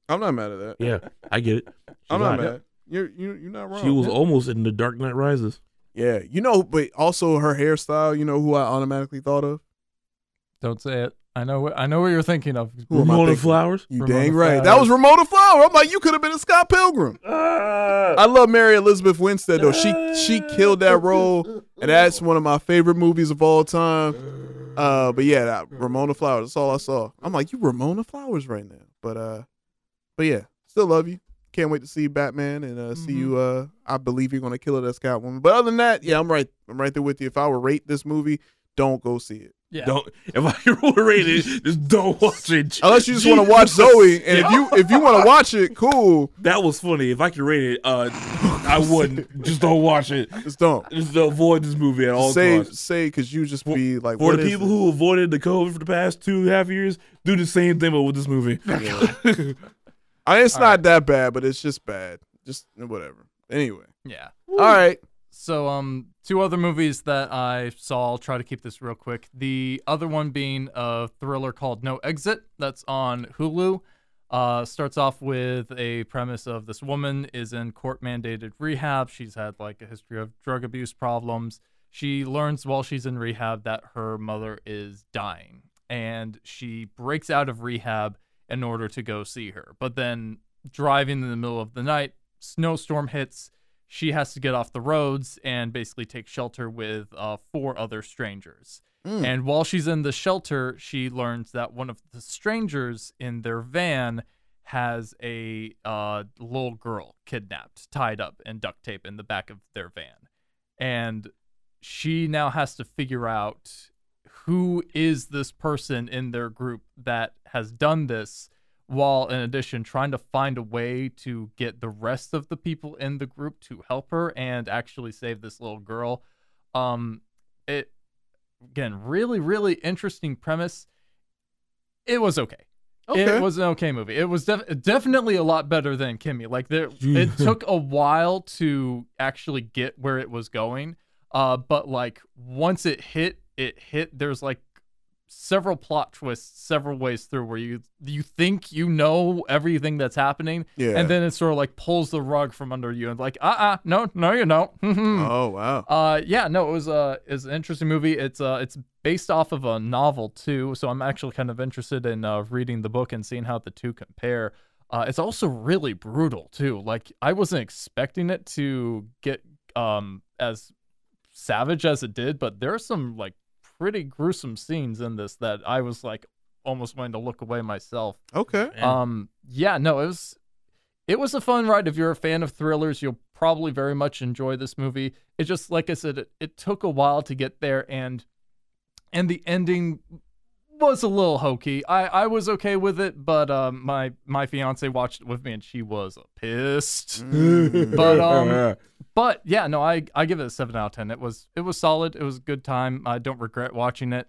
S1: I'm not mad at that.
S2: Yeah, I get it.
S1: I'm not
S2: She's hot.
S1: mad. You're you're you're not wrong.
S2: She was almost in The Dark Knight Rises.
S1: yeah, you know, but also her hairstyle. You know who I automatically thought of?
S3: Don't say it. I know. What, I know what you're thinking of.
S1: Who am I
S2: Ramona
S1: thinking?
S2: Flowers?
S1: You
S3: Ramona
S1: dang right. That
S3: Flowers.
S1: was Ramona Flower. I'm like, you could have been a Scott Pilgrim. I love Mary Elizabeth Winstead though. She she killed that role, and that's one of my favorite movies of all time. Uh, but yeah, that, Ramona Flowers. That's all I saw. I'm like, you Ramona Flowers right now. But uh, but yeah, still love you. Can't wait to see Batman and uh, see you. Uh, I believe you're gonna kill it as Catwoman. But other than that, yeah, I'm right. I'm right there with you. If I were rate this movie, don't go see it.
S3: Yeah.
S2: Don't if I can roll a rated, just don't watch it.
S1: Unless you just want to watch
S2: Jesus.
S1: Zoe, and if you if you want to watch it, cool.
S2: That was funny. If I could rate it, uh, I wouldn't. Just don't watch it.
S1: Just don't.
S2: Just avoid this movie at all
S1: say
S2: costs.
S1: say because you just be like
S2: For
S1: what
S2: the
S1: is
S2: people
S1: this?
S2: who avoided the COVID for the past two and a half years, do the same thing but with this movie.
S1: I mean, it's not that bad, but it's just bad. Just eh, whatever. Anyway,
S3: Yeah.
S1: all right.
S3: So, um, two other movies that I saw. I'll try to keep this real quick. The other one being a thriller called No Exit that's on Hulu. Uh, starts off with a premise of this woman is in court mandated rehab. She's had like a history of drug abuse problems. She learns while she's in rehab that her mother is dying, and she breaks out of rehab in order to go see her. But then, driving in the middle of the night, snowstorm hits she has to get off the roads and basically take shelter with uh, four other strangers.
S15: Mm.
S3: And while she's in the shelter, she learns that one of the strangers in their van has a uh, little girl kidnapped, tied up, and duct tape in the back of their van. And she now has to figure out who is this person in their group that has done this while in addition trying to find a way to get the rest of the people in the group to help her and actually save this little girl um it again really really interesting premise it was okay
S15: Okay.
S3: it was an okay movie it was def- definitely a lot better than kimmy like there it took a while to actually get where it was going uh but like once it hit it hit there's like several plot twists several ways through where you you think you know everything that's happening
S1: Yeah.
S3: and then it sort of like pulls the rug from under you and like uh-uh no no you don't
S1: oh wow
S3: hmm. uh yeah no it was uh it's an interesting movie it's uh it's based off of a novel too so i'm actually kind of interested in uh reading the book and seeing how the two compare uh it's also really brutal too like i wasn't expecting it to get um as savage as it did, but there are some like pretty gruesome scenes in this that I was like almost wanting to look away myself.
S1: Okay.
S3: Um yeah, no, it was it was a fun ride. If you're a fan of thrillers, you'll probably very much enjoy this movie. It just like I said, it, it took a while to get there and and the ending was a little hokey. I, I was okay with it, but um, my my fiance watched it with me and she was pissed.
S1: Mm.
S3: but um, but yeah, no, I I give it a seven out of ten. It was it was solid. It was a good time. I don't regret watching it.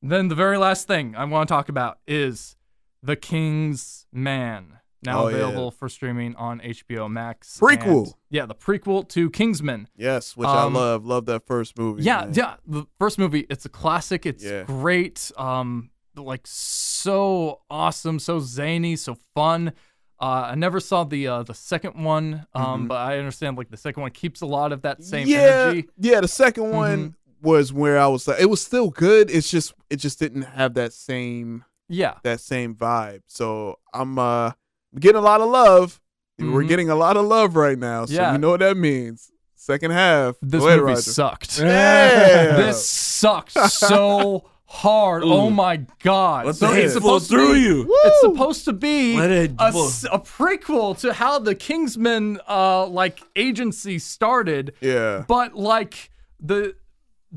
S3: Then the very last thing I want to talk about is The King's Man, now
S1: Oh, yeah.
S3: available for streaming on HBO Max.
S1: Prequel.
S3: and- yeah, the prequel to Kingsman.
S1: Yes, which
S3: Um,
S1: I love. Love that first movie.
S3: Yeah,
S1: man.
S3: yeah. The first movie, it's a classic. It's
S1: Yeah.
S3: great. Um, like so awesome, so zany, so fun. Uh, I never saw the uh, the second one, um, but I understand like the second one keeps a lot of that same
S1: Mm-hmm. yeah,
S3: energy. Mm-hmm.
S1: Yeah, the 2nd one was where I was like, it was still good. It's just it just didn't have that same
S3: Yeah.
S1: that same vibe. So I'm uh getting a lot of love. We're
S3: Mhm.
S1: getting a lot of love right now. So
S3: Yeah.
S1: you know what that means. Second half.
S3: This
S1: Go ahead,
S3: movie
S1: Roger.
S3: sucked.
S1: Yeah.
S3: This sucked so hard. Oh
S1: Ooh.
S3: my god.
S2: Let
S3: so
S2: the hate
S3: it's
S2: flow
S3: supposed
S2: through
S3: to be,
S2: you.
S3: It's supposed to be
S2: Let it
S3: a,
S2: flow.
S3: s- a prequel to how the Kingsman uh like agency started.
S1: Yeah.
S3: But like the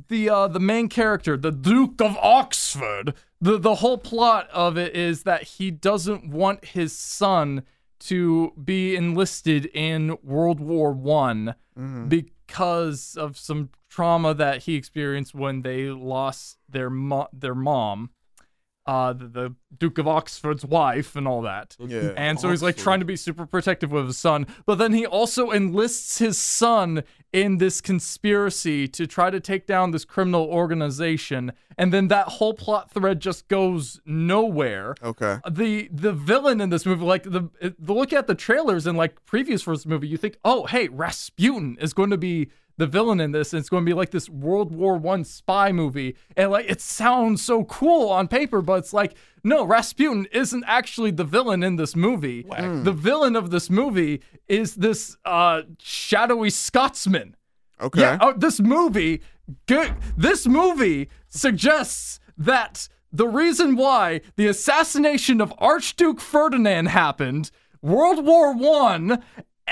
S3: the uh the main character, the Duke of Oxford, the the whole plot of it is that he doesn't want his son to be enlisted in World War One because of some trauma that he experienced when they lost their mo- their mom, uh, the, the Duke of Oxford's wife, and all that.
S1: Yeah.
S3: And so he's like trying to be super protective with his son, but then he also enlists his son in this conspiracy to try to take down this criminal organization, and then that whole plot thread just goes nowhere
S1: Okay.
S3: the the villain in this movie like the, the look at the trailers and like previews for this movie you think oh hey rasputin is going to be the villain in this and it's going to be like this world war one spy movie and like it sounds so cool on paper but it's like no rasputin isn't actually the villain in this movie the villain of this movie is this uh shadowy scotsman
S1: Okay.
S3: yeah, oh, this movie, good. This movie suggests that the reason why the assassination of Archduke Ferdinand happened, World War One,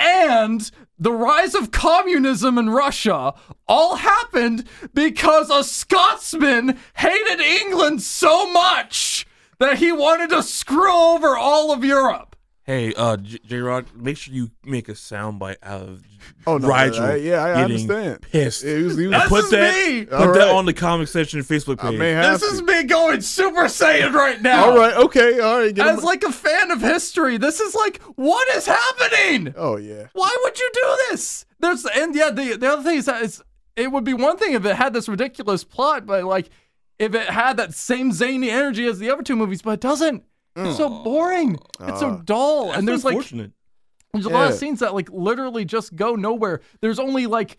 S3: and the rise of communism in Russia all happened because a Scotsman hated England so much that he wanted to screw over all of Europe.
S2: Hey, uh, J Rod, make sure you make a soundbite out of
S1: Oh, no,
S2: Rigel.
S1: I- yeah, I
S2: getting
S1: understand.
S2: Pissed.
S1: It was- he was-
S2: And
S1: This
S2: put
S1: is
S2: that,
S1: me!
S2: put
S1: All
S2: that
S1: right.
S2: on the comic section Facebook page.
S1: may have
S3: This is me going Super Saiyan right now.
S1: All right. Okay. All right. Get him-
S3: As like a fan of history, this is like, what is happening?
S1: oh yeah.
S3: Why would you do this? There's and yeah, the, the other thing is that it's, it would be one thing if it had this ridiculous plot, but like if it had that same zany energy as the other two movies, but it doesn't. It's so boring. It's so
S2: Ah.
S3: dull.
S2: That's
S3: and there's like
S2: unfortunate.
S3: there's a lot of
S2: Yeah.
S3: scenes that like literally just go nowhere. There's only like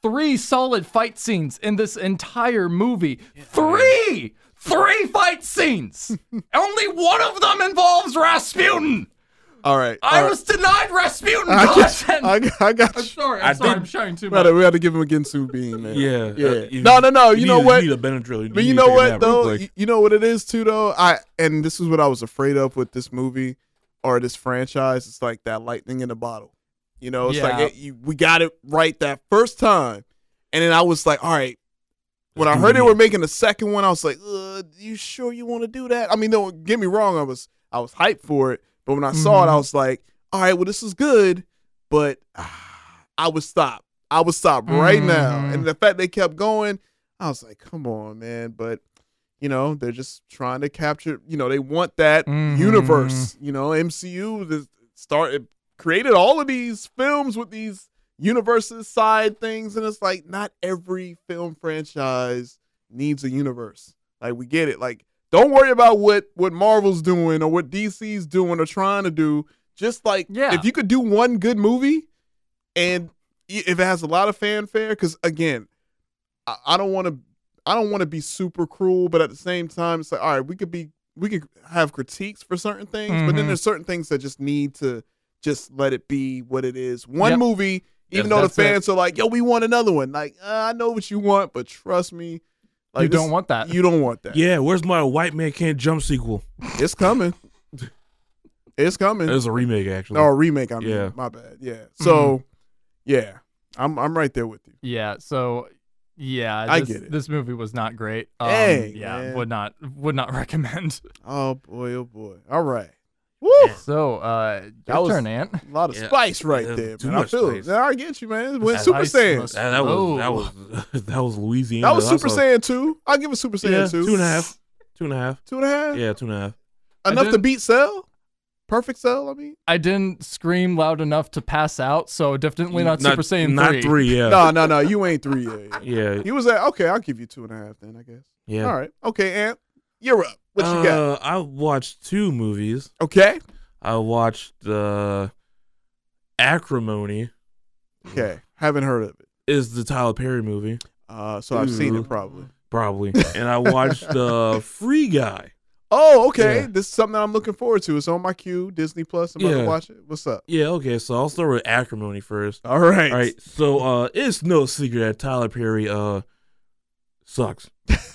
S3: three solid fight scenes in this entire movie. Three! Three fight scenes! only one of them involves Rasputin!
S1: All right.
S3: I
S1: all right.
S3: was denied Rasputin
S1: Uh, I got,
S3: content!
S1: I got, I got
S3: I'm
S1: you.
S3: sorry, I'm I sorry, did- I'm shouting too
S1: We had to-
S3: much.
S1: We had to give him a Ginsu bean, man.
S2: Yeah,
S1: yeah.
S2: uh, you-
S1: no, no, no.
S2: you
S1: You, know
S2: need a-
S1: what?
S2: you need a Benadryl. You
S1: but
S2: need
S1: you
S2: to
S1: know
S2: take a
S1: what
S2: nap real
S1: though?
S2: quick.
S1: You- You know what it is too though. I and this is what I was afraid of with this movie or this franchise. It's like that lightning in a bottle. You know, it's
S3: Yeah.
S1: like it, you, we got it right that first time, and then I was like, all right. When I heard they were making the second one, I was like, uh, "You sure you want to do that?" I mean, don't get me wrong. I was I was hyped for it, but when I saw it, I was like, "All right, well, this is good, but ah, I would stop. I would stop right now. And the fact they kept going, I was like, come on, man. But, you know, they're just trying to capture, you know, they want that universe. You know, MCU that started, created all of these films with these universes side things. And it's like, not every film franchise needs a universe. Like we get it. Like don't worry about what what Marvel's doing or what DC's doing or trying to do. Just like
S3: Yeah.
S1: if you could do one good movie, and i- if it has a lot of fanfare, because again, I, I don't want to I don't want to be super cruel, but at the same time, it's like all right, we could be we could have critiques for certain things, but then
S3: Mhm.
S1: there's certain things that just need to just let it be what it is. One
S3: Yep.
S1: movie, even
S3: Yes,
S1: though the
S3: that's it.
S1: fans are like, "Yo, we want another one." Like, uh, I know what you want, but trust me, like,
S3: You don't
S1: this-
S3: want that.
S1: You don't want that.
S2: Yeah, where's my white man can't jump sequel?
S1: It's coming. It's coming.
S2: There's a remake actually.
S1: Oh, a remake. I mean,
S2: Yeah.
S1: my bad. Yeah.
S3: Mm-hmm.
S1: So, yeah, I'm I'm right there with you.
S3: Yeah. So, yeah,
S1: I
S3: this,
S1: get it.
S3: This movie was not great. Um,
S1: Dang,
S3: yeah,
S1: man.
S3: would not would not recommend.
S1: Oh boy, oh boy. All right.
S3: So, uh, your
S1: That was
S3: turn, Ant.
S1: A lot of
S2: Yeah.
S1: spice right
S2: Yeah,
S1: there,
S2: too
S1: man. I
S2: much
S1: feel
S2: spice.
S1: it. I get you, man. It went
S3: That
S1: Super
S3: ice
S1: Saiyan.
S3: must-
S2: That, that was that
S3: Oh.
S2: was that was Louisiana.
S1: That was
S2: That's
S1: Super
S2: a-
S1: Saiyan 2. I'll give it Super Saiyan
S2: Yeah,
S1: 2.
S2: two and a half. Two and a half.
S1: Two and a half?
S2: Yeah, two and a half.
S1: Enough to
S3: didn't-
S1: beat Cell? Perfect Cell, I mean?
S3: I didn't scream loud enough to pass out, so definitely not, Super Saiyan
S2: Not
S3: three.
S2: three. Yeah.
S1: No, no, no. You ain't three yet. yeah.
S2: Yeah.
S1: You was at, okay, I'll give you two and a half then, I guess.
S2: Yeah.
S1: All right. Okay, Ant, you're up. What you got?
S2: Uh, I watched two movies.
S1: Okay.
S2: I watched uh, Acrimony.
S1: Okay. Haven't heard of it.
S2: Is the Tyler Perry movie?
S1: Uh, so I've seen
S2: Ooh.
S1: it probably.
S2: Probably. And I watched uh, Free Guy.
S1: Oh, okay.
S2: Yeah.
S1: This is something I'm looking forward to. It's on my queue, Disney Plus. I'm about
S2: Yeah.
S1: to watch it. What's up?
S2: Yeah, okay, so I'll start with acrimony first.
S1: All right.
S2: All right. So uh it's no secret that Tyler Perry uh sucks.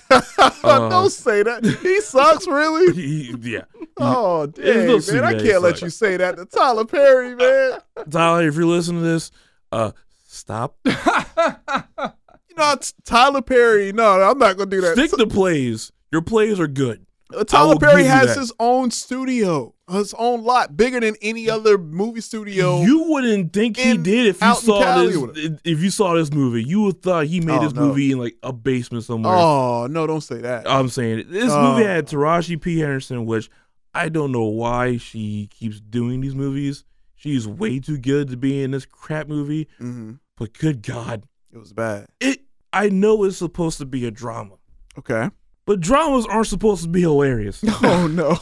S2: Uh,
S1: Don't say that. He sucks, really?
S2: he- yeah.
S1: Oh,
S2: There's no
S1: dang, man.
S2: secret
S1: I
S2: that he
S1: can't let
S2: sucks.
S1: you say that to Tyler Perry, man.
S2: Tyler, if you're listening to this, uh stop.
S1: You know, it's Tyler Perry. No, no, I'm not gonna do that.
S2: Stick to plays. Your plays are good.
S1: Uh,
S2: I
S1: Tyler
S2: will
S1: Perry
S2: give you
S1: has
S2: that.
S1: his own studio, his own lot, bigger than any other movie studio.
S2: You wouldn't think he
S1: in-
S2: did if you
S1: out in
S2: saw
S1: Cali
S2: this
S1: with
S2: if you saw this movie. You would thought he made
S1: Oh,
S2: this
S1: no.
S2: movie in like a basement somewhere.
S1: oh no, don't say that.
S2: I'm saying it. this
S1: Oh.
S2: movie had Taraji P Henderson, which I don't know why she keeps doing these movies. She's way too good to be in this crap movie.
S1: Mhm.
S2: But good God,
S1: It was bad.
S2: it! I know it's supposed to be a drama,
S1: Okay.
S2: but dramas aren't supposed to be hilarious.
S1: Oh no.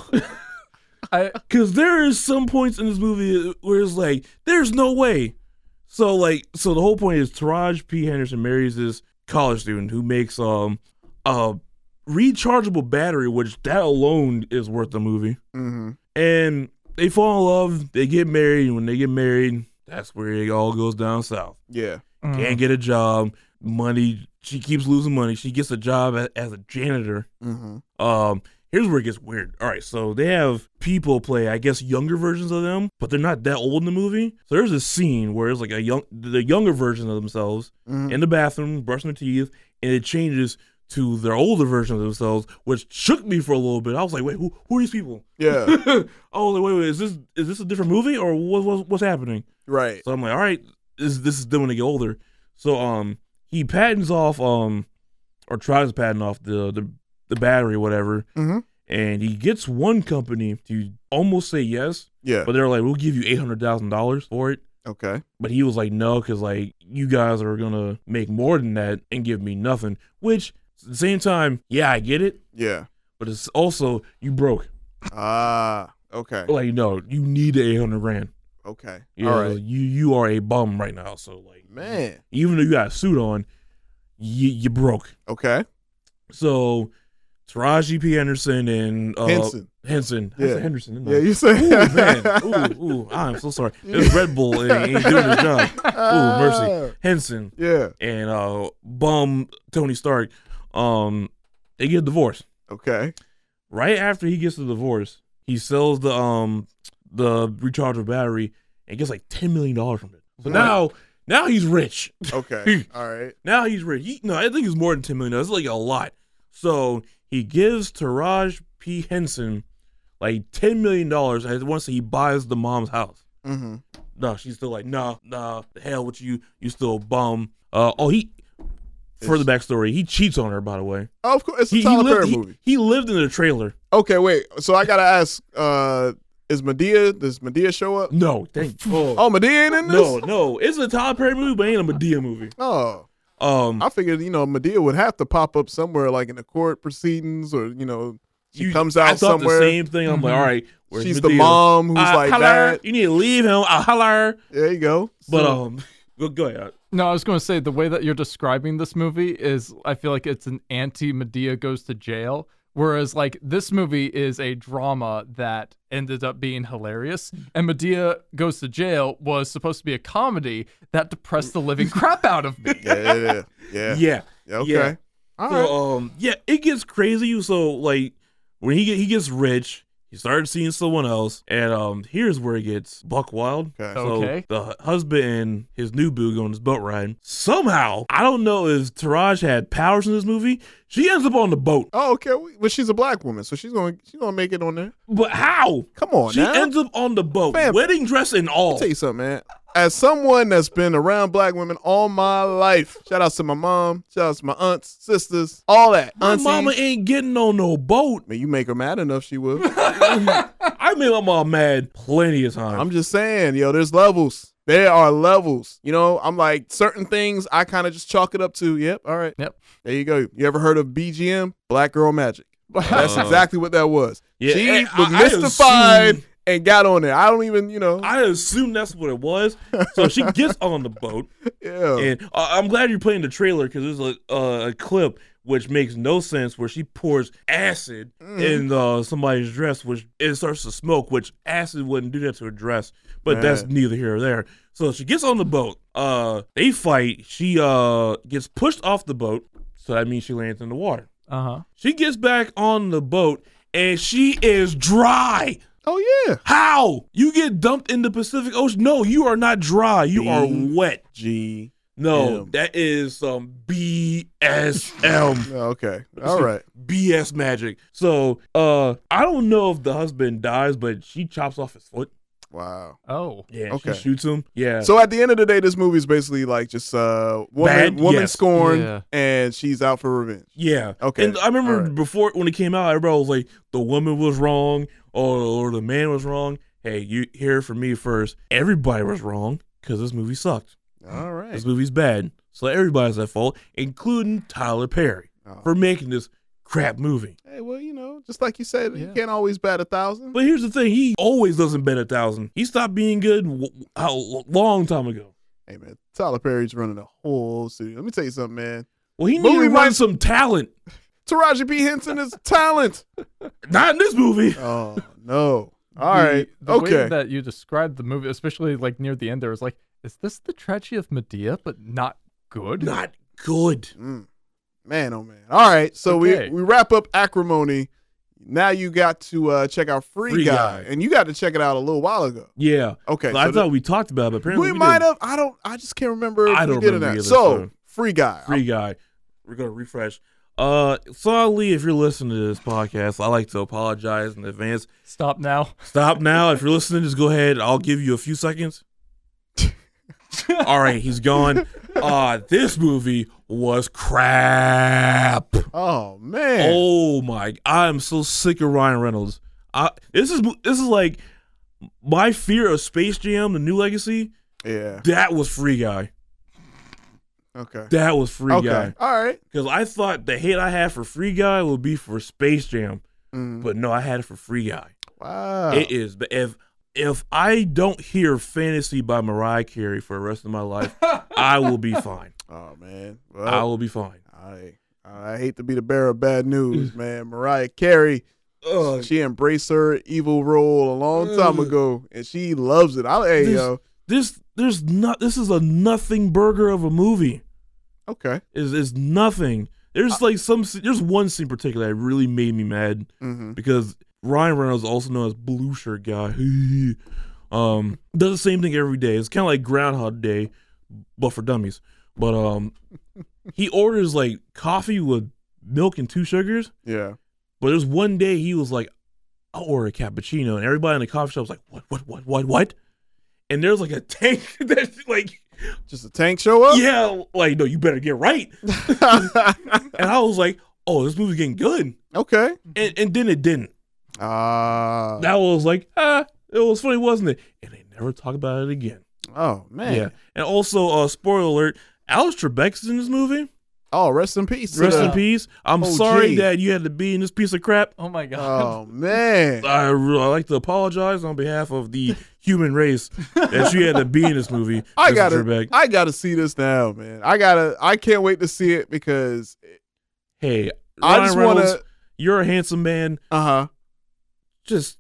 S3: I,
S2: Cause there is some points in this movie where it's like, there's no way. So like, so the whole point is Taraj P. Henderson marries this college student who makes um a rechargeable battery, which that alone is worth the movie.
S1: hmm
S2: And they fall in love, they get married, and when they get married, that's where it all goes down south.
S1: Yeah.
S3: mm.
S2: Can't get a job, money. She keeps losing money. She gets a job a- as a janitor.
S1: hmm
S2: Um, here's where it gets weird. All right, so they have people play, I guess, younger versions of them, but they're not that old in the movie. So there's a scene where it's like a young, the younger version of themselves
S1: Mhm.
S2: in the bathroom brushing their teeth, and it changes to their older version of themselves, which shook me for a little bit. I was like, wait, who, who are these people?
S1: Yeah.
S2: I was like, wait, wait, is this is this a different movie or what, what what's happening?
S1: Right.
S2: So I'm like, all right, this this is them when they get older. So um, he patents off um, or tries to patent off the the, the battery, whatever,
S1: Mhm.
S2: and he gets one company to almost say yes,
S1: Yeah.
S2: but they're like, we'll give you eight hundred thousand dollars for it.
S1: Okay.
S2: But he was like, no, because like you guys are gonna make more than that and give me nothing. Which at the same time, yeah, I get it,
S1: Yeah.
S2: but it's also you broke.
S1: Ah. okay.
S2: Like no, you need the eight hundred grand.
S1: Okay.
S2: Yeah,
S1: All right.
S2: you you are a bum right now. So like,
S1: Man.
S2: even though you got a suit on, you you broke.
S1: Okay.
S2: So Taraji P. Henderson and uh,
S1: Henson.
S2: Henson. I
S1: Yeah.
S2: said Henderson, didn't I?
S1: Yeah, you said-
S2: Ooh, man. Ooh, ooh. I'm so sorry. It's Red Bull and he ain't doing his job. Ooh, mercy. Henson.
S1: Yeah.
S2: And uh bum Tony Stark. Um they get divorced.
S1: Okay.
S2: Right after he gets the divorce, he sells the um the rechargeable battery and gets like ten million dollars from it. So
S1: Right.
S2: now now he's rich.
S1: Okay. All right.
S2: Now he's rich. He, no, I think it's more than ten million. That's like a lot. So he gives Taraj P. Henson like ten million dollars. I want to say he buys the mom's house.
S1: Mm-hmm.
S2: No, she's still like, nah, nah, the hell with you. You still a bum. Uh, oh, he. For the backstory, he cheats on her. By the way,
S1: Oh, of course, it's a
S2: he, he
S1: Tyler
S2: lived,
S1: Perry
S2: he-
S1: movie.
S2: He, lived in a trailer.
S1: Okay, wait. So I gotta ask: uh, Is Medea? Does Medea show up?
S2: No, thank. Oh,
S1: Oh, Medea ain't in this.
S2: no, no, it's a Tyler Perry movie, but ain't a Medea movie.
S1: Oh,
S2: Um,
S1: I figured you know Medea would have to pop up somewhere like in the court proceedings or you know she comes out
S2: I thought
S1: somewhere.
S2: the same thing. I'm like, all right, where's
S1: she's the
S2: Medea?
S1: mom who's
S2: I'll
S1: like
S2: Mm-hmm. Uh, holler.
S1: that.
S2: You need to leave him. I'll holler.
S1: There you go.
S2: But
S3: So-
S2: um, go, go ahead.
S3: No, I was going to say the way that you're describing this movie is I feel like it's an anti Medea goes to jail. Whereas, like, this movie is a drama that ended up being hilarious. And Medea Goes to Jail was supposed to be a comedy that depressed the living crap out of me.
S1: yeah,
S2: Yeah. Yeah.
S3: okay.
S2: Yeah.
S3: All
S2: So, um, yeah, it gets crazy. So like when he get, he gets rich, he starts seeing someone else, and um, here's where it gets buck wild.
S1: Okay.
S2: So
S3: Okay.
S2: the hu- husband and his new boo go on this boat ride. Somehow, I don't know if Taraj had powers in this movie. She ends up on the boat.
S1: Oh, okay. But she's a black woman, so she's gonna she's gonna make it on there.
S2: But how?
S1: Come on,
S2: She
S1: now.
S2: ends up on the boat,
S1: Man.
S2: wedding dress and all.
S1: I'll tell you something, man. As someone that's been around black women all my life, shout outs to my mom, shout outs to my aunts, sisters, all that.
S2: My
S1: Aunties.
S2: mama ain't getting on no boat.
S1: Man, you make her mad enough, she will.
S2: I made my mom mad plenty of times.
S1: I'm just saying, yo, there's levels. There are levels. You know, I'm like certain things I kind of just chalk it up to. Yep, all right.
S3: Yep.
S1: There you go. You ever heard of BGM? Black Girl Magic. That's exactly what that was.
S2: Yeah,
S1: she
S2: and
S1: was
S2: I- I
S1: mystified
S2: assume-
S1: and got on there. I don't even, you know.
S2: I assume that's what it was. So she gets on the boat.
S1: Yeah.
S2: And uh, I'm glad you're playing the trailer because there's a, uh, a clip which makes no sense where she pours acid in uh, somebody's dress, which it starts to smoke, which acid wouldn't do that to a dress, but that's
S1: Man.
S2: neither here or there. So she gets on the boat. Uh, they fight. She uh gets pushed off the boat, so that means she lands in the water.
S3: Uh huh.
S2: She gets back on the boat and she is dry.
S1: Oh yeah.
S2: How? You get dumped in the Pacific Ocean? No, you are not dry. You are
S1: B-
S2: wet.
S1: G.
S2: No,
S1: M.
S2: that is some BSM.
S1: Oh, Okay. All right.
S2: BS magic. So, uh, I don't know if the husband dies, but she chops off his foot.
S1: Wow.
S3: Oh.
S2: Yeah.
S1: Okay.
S2: She shoots him. Yeah.
S1: So at the end of the day, this movie is basically like just uh woman
S2: Bad?
S1: woman
S2: Yes.
S1: scorned
S3: Yeah.
S1: and she's out for revenge.
S2: Yeah.
S1: Okay.
S2: And I remember
S1: All right.
S2: before when it came out, everybody was like, the woman was wrong or, or the man was wrong. Hey, you hear it from me first. Everybody was wrong because this movie sucked.
S1: All right.
S2: This movie's bad. So everybody's at fault, including Tyler Perry
S1: Oh.
S2: for making this crap movie.
S1: Hey, well, you know, just like you said, you can't always bat a thousand.
S2: But here's the thing: he always doesn't bet a thousand. He stopped being good w- a long time ago.
S1: Hey man, Tyler Perry's running a whole studio. Let me tell you something, man.
S2: Well, he
S1: Movie
S2: needed to
S1: might-
S2: run some talent.
S1: Taraji P. Henson is talent.
S2: Not in this movie.
S1: Oh no. All right.
S3: The, the way
S1: okay.
S3: that you described the movie, especially like near the end, there was like, is this the tragedy of Medea, but not good?
S2: Not good.
S1: Mm. Man, oh man. All right. So
S3: Okay.
S1: we we wrap up acrimony. Now you got to uh, check out Free,
S2: Free
S1: Guy,
S2: Guy.
S1: and you got to check it out a little while ago.
S2: Yeah.
S1: Okay,
S2: I
S1: so
S2: thought we talked about it. But apparently,
S1: we
S2: we
S1: might
S2: didn't.
S1: have. I don't. I just can't remember. If
S2: I
S1: we
S2: don't
S1: did or
S2: remember
S1: not.
S2: either,
S1: So
S2: so-
S1: free guy.
S2: Free guy. We're gonna refresh. Uh, sorry if you're listening to this podcast, I like to apologize in advance.
S3: Stop now.
S2: Stop now. If you're listening, just go ahead. I'll give you a few seconds. All right, he's gone. Uh, this movie was crap.
S1: Oh man.
S2: Oh my! I am so sick of Ryan Reynolds. I this is this is like my fear of Space Jam: The New Legacy.
S1: Yeah.
S2: That was Free Guy.
S1: Okay.
S2: That was Free
S1: okay.
S2: Guy.
S1: All right.
S2: Because I thought the hate I had for Free Guy would be for Space Jam,
S1: Mm.
S2: but no, I had it for Free Guy.
S1: Wow.
S2: It is. But if if I don't hear "Fantasy" by Mariah Carey for the rest of my life, I will be fine.
S1: oh man.
S2: I
S1: Well,
S2: will be fine.
S1: I I hate to be the bearer of bad
S2: Mm.
S1: news, man. Mariah Carey.
S2: Ugh.
S1: She embraced her evil role a long time
S2: Ugh.
S1: ago, and she loves it. I, hey
S2: Mm. This-
S1: yo.
S2: This there's not. This is a nothing burger of a movie.
S1: Okay.
S2: Is is nothing. There's like some. sce- There's one scene in particular that really made me mad
S1: Mhm.
S2: because Ryan Reynolds, also known as Blue Shirt Guy, um, does the same thing every day. It's kind of like Groundhog Day, but for dummies. But um, he orders like coffee with milk and two sugars.
S1: Yeah.
S2: But there's one day he was like, I'll order a cappuccino. And everybody in the coffee shop was like, what, what, what, what, what? And there's like a tank that's like,
S1: Just a tank show up.
S2: yeah, like, no, you better get right. and I was like, oh, this movie's getting good.
S1: Okay.
S2: And, and then it didn't.
S1: Uh,
S2: That was like, ah, it was funny, wasn't it? And they never talk about it again.
S1: oh man.
S2: Yeah. And also, uh, spoiler alert, Alex Trebek's in this movie.
S1: Oh, rest in peace.
S2: Rest
S1: to
S2: in
S1: the
S2: peace. I'm
S1: OG.
S2: sorry that you had to be in this piece of crap.
S3: Oh my
S1: Oh man.
S2: I re- I like to apologize on behalf of the human race that you had to be in this movie.
S1: I
S2: Mr.
S1: gotta,
S2: Trebek.
S1: I gotta see this now, man. I gotta, I can't wait to see it because
S2: Hey,
S1: I
S2: Ryan
S1: just
S2: Reynolds,
S1: wanna-
S2: You're a handsome man.
S1: Uh huh.
S2: Just,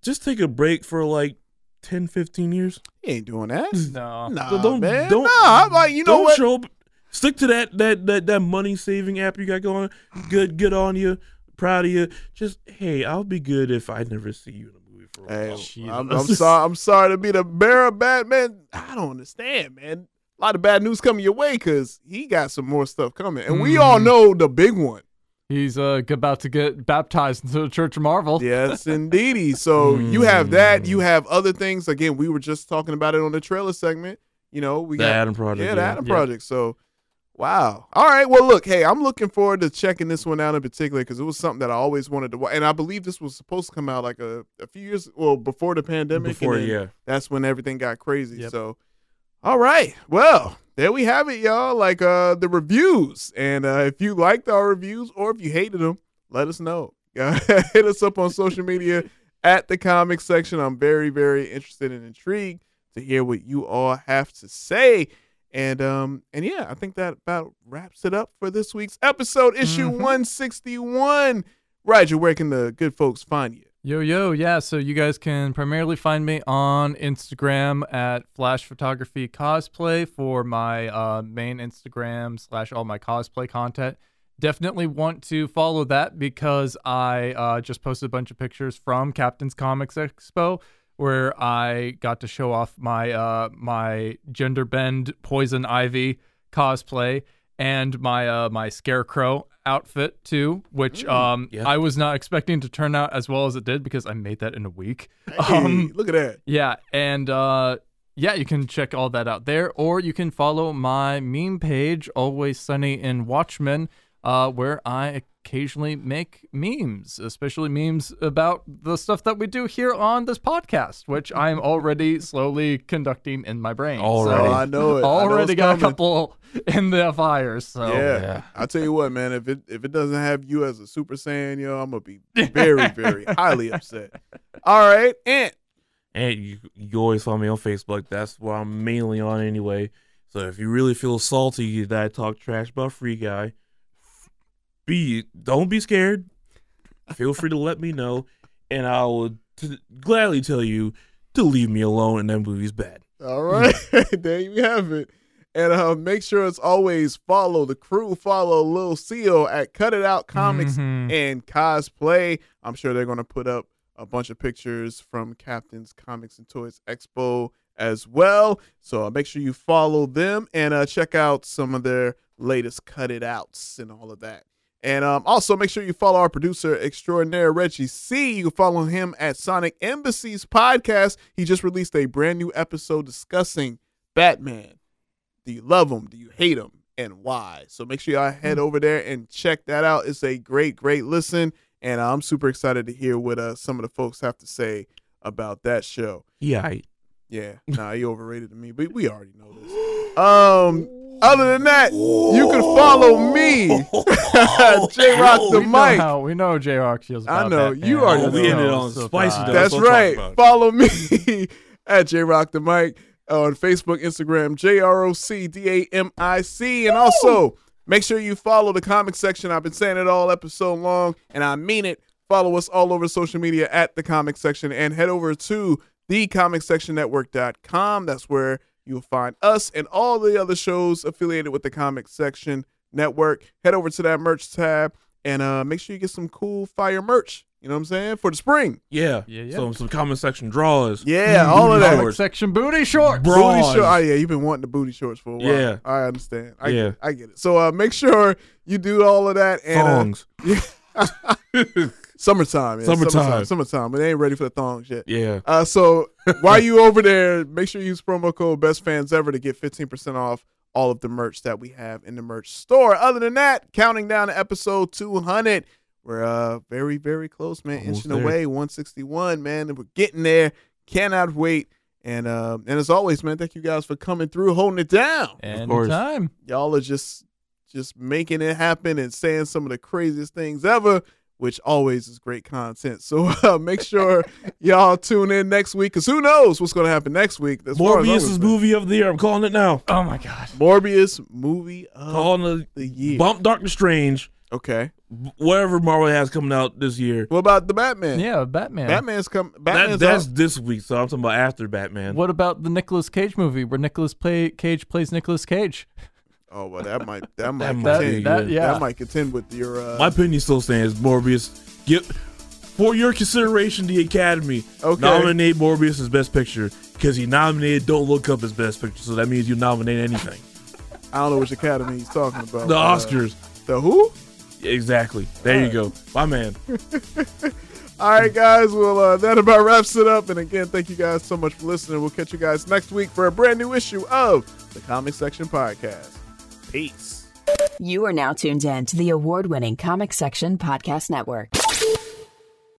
S2: just take a break for like 10, 15 years.
S1: He ain't doing that.
S3: No,
S1: Nah, Ah, man. Nah, I'm like, you know
S2: don't
S1: what?
S2: Show up. Stick to that that that that money saving app you got going. Good, good on you. Proud of you. Just hey, I'll be good if I never see you in a movie for a
S1: Hey,
S2: while.
S1: I'm, I'm sorry. I'm sorry to be the bearer of bad man. I don't understand, man. A lot of bad news coming your way because he got some more stuff coming, and we all
S2: Mm-hmm.
S3: Mhm.
S1: know the big one.
S3: He's uh, about to get baptized into the Church of Marvel.
S1: Yes, indeedy. So you have that.
S2: Hmm.
S1: You have other things. Again, we were just talking about it on the trailer segment. You know, we
S2: The
S1: got
S2: Adam Project,
S1: Yeah, the
S2: yeah.
S1: Adam
S2: Yeah.
S1: Project. So, wow. All right. Well, look. Hey, I'm looking forward to checking this one out in particular because it was something that I always wanted to watch, and I believe this was supposed to come out like a, a few years well before the pandemic. and
S2: Before,
S1: then
S2: yeah.
S1: That's when everything got crazy. So, all right. Well, there we have it, y'all. Like uh the reviews. And uh if you liked our reviews or if you hated them, let us know. Uh, Hit us up on social media at the comic section. I'm very, very interested and intrigued to hear what you all have to say. And um and yeah, I think that about wraps it up for this week's episode, issue
S3: Mm-hmm.
S1: 161. Roger, where can the good folks find you?
S3: Yo, yo, yeah. So you guys can primarily find me on Instagram at Flash Photography Cosplay for my uh, main Instagram slash all my cosplay content. Definitely want to follow that because I uh, just posted a bunch of pictures from Captain's Comics Expo where I got to show off my uh, my gender bend poison ivy cosplay and my uh, my scarecrow outfit too, which um, I was not expecting to turn out as well as it did because I made that in a week. Um,
S1: Hey, look at that.
S3: Yeah, and uh, yeah, you can check all that out there, or you can follow my meme page, Always Sunny in Watchmen, uh, where I occasionally make memes, especially memes about the stuff that we do here on this podcast, which I'm already slowly conducting in my brain. So
S1: Already. Oh, I know it. I know
S3: Already
S1: it's
S3: got a
S1: coming.
S3: couple in the fire. So
S1: yeah. I tell you what, man, if it if it doesn't have you as a Super Saiyan, yo, I'm gonna be very, very highly upset. All right, and
S2: And you, you always find me on Facebook. That's what I'm mainly on anyway. So if you really feel salty that I talk trash about Free Guy, be don't be scared. Feel free to let me know, and I will t- gladly tell you to leave me alone. And that movie's bad.
S1: All right, there you have it. And uh, make sure as always follow the crew, follow Lil Seal at Cut It Out Comics and Cosplay. I'm sure they're gonna put up a bunch of pictures from Captain's Comics and Toys Expo as well. So uh, make sure you follow them and uh, check out some of their latest Cut It Outs and all of that. And um, also make sure you follow our producer extraordinaire Reggie C. You can follow him at Sonic Embassy's podcast. He just released a brand new episode discussing Batman. Do you love him? Do you hate him? And why? So make sure y'all head over there and check that out. It's a great, great listen. And I'm super excited to hear what uh, some of the folks have to say about that show.
S2: Yeah, I-
S1: Yeah, nah, you overrated to me, but we already know this. Um, other than that, you can follow me, J Rock the
S3: we Know
S1: Mic.
S3: how, we know J Rock feels
S1: I
S3: about
S1: know
S3: Batman.
S1: you already. know. That's right. Follow me at J Rock the Mic on Facebook, Instagram, J R O C D A M I C, and also make sure you follow the comic section. I've been saying it all episode long, and I mean it. Follow us all over social media at the comic section, and head over to thecomicsectionnetwork.com. That's where you'll find us and all the other shows affiliated with the comic section network. Head over to that merch tab and uh, make sure you get some cool fire merch. You know what I'm saying? For the spring.
S2: Yeah,
S3: yeah, yeah.
S2: Some some comment section draws.
S1: Yeah, all of that.
S2: Booty shorts.
S3: Section booty shorts.
S1: Booty
S2: Bras.
S1: shorts. Oh yeah, you've been wanting the booty shorts for a while.
S2: Yeah.
S1: I understand. I
S2: Yeah.
S1: get it. I get it. So uh, make sure you do all of that and uh,
S2: Thongs.
S1: summertime, yeah,
S2: Summertime.
S1: summertime, summertime. But they ain't ready for the thongs yet.
S2: Yeah.
S1: Uh, so while you over there, make sure you use promo code Best Fans Ever to get fifteen percent off all of the merch that we have in the merch store. Other than that, counting down to episode two hundred. We're uh very very close, man.
S2: Almost
S1: Inching
S2: there.
S1: away, one sixty one, man. And we're getting there. Cannot wait. And uh, and as always, man, thank you guys for coming through, holding it down.
S3: Of course. Anytime.
S1: Y'all are just just making it happen and saying some of the craziest things ever, which always is great content. So uh, make sure y'all tune in next week, because who knows what's going to happen next week. As far as I'm
S2: Morbius'
S1: concerned.
S2: movie of the year. I'm calling it now.
S3: Oh my god.
S1: Morbius movie of
S2: Calling the,
S1: the year.
S2: Bump Doctor Strange.
S1: Okay.
S2: Whatever Marvel has coming out this year.
S1: What about the Batman?
S3: Yeah, Batman.
S1: Batman's come.
S2: That,
S1: Batman's
S2: that's
S1: out.
S2: this week, so I'm talking about after Batman.
S3: What about the Nicolas Cage movie where Nicolas play, Cage plays Nicolas Cage?
S1: Oh well, that might that might
S2: might be
S1: contend.
S2: good.
S3: yeah.
S1: might contend with your. Uh,
S2: My opinion still stands. Morbius, get for your consideration, the Academy
S1: Okay.
S2: nominate Morbius as Best Picture because he nominated Don't Look Up as Best Picture, so that means you nominate anything.
S1: I don't know which academy he's talking about.
S2: The
S1: but, uh,
S2: Oscars,
S1: the who?
S2: exactly. There you go, my man.
S1: All right, guys. Well, uh, that about wraps it up. And again, thank you guys so much for listening. We'll catch you guys next week for a brand new issue of the Comic Section Podcast. Peace.
S16: You are now tuned in to the award winning Comic Section Podcast Network.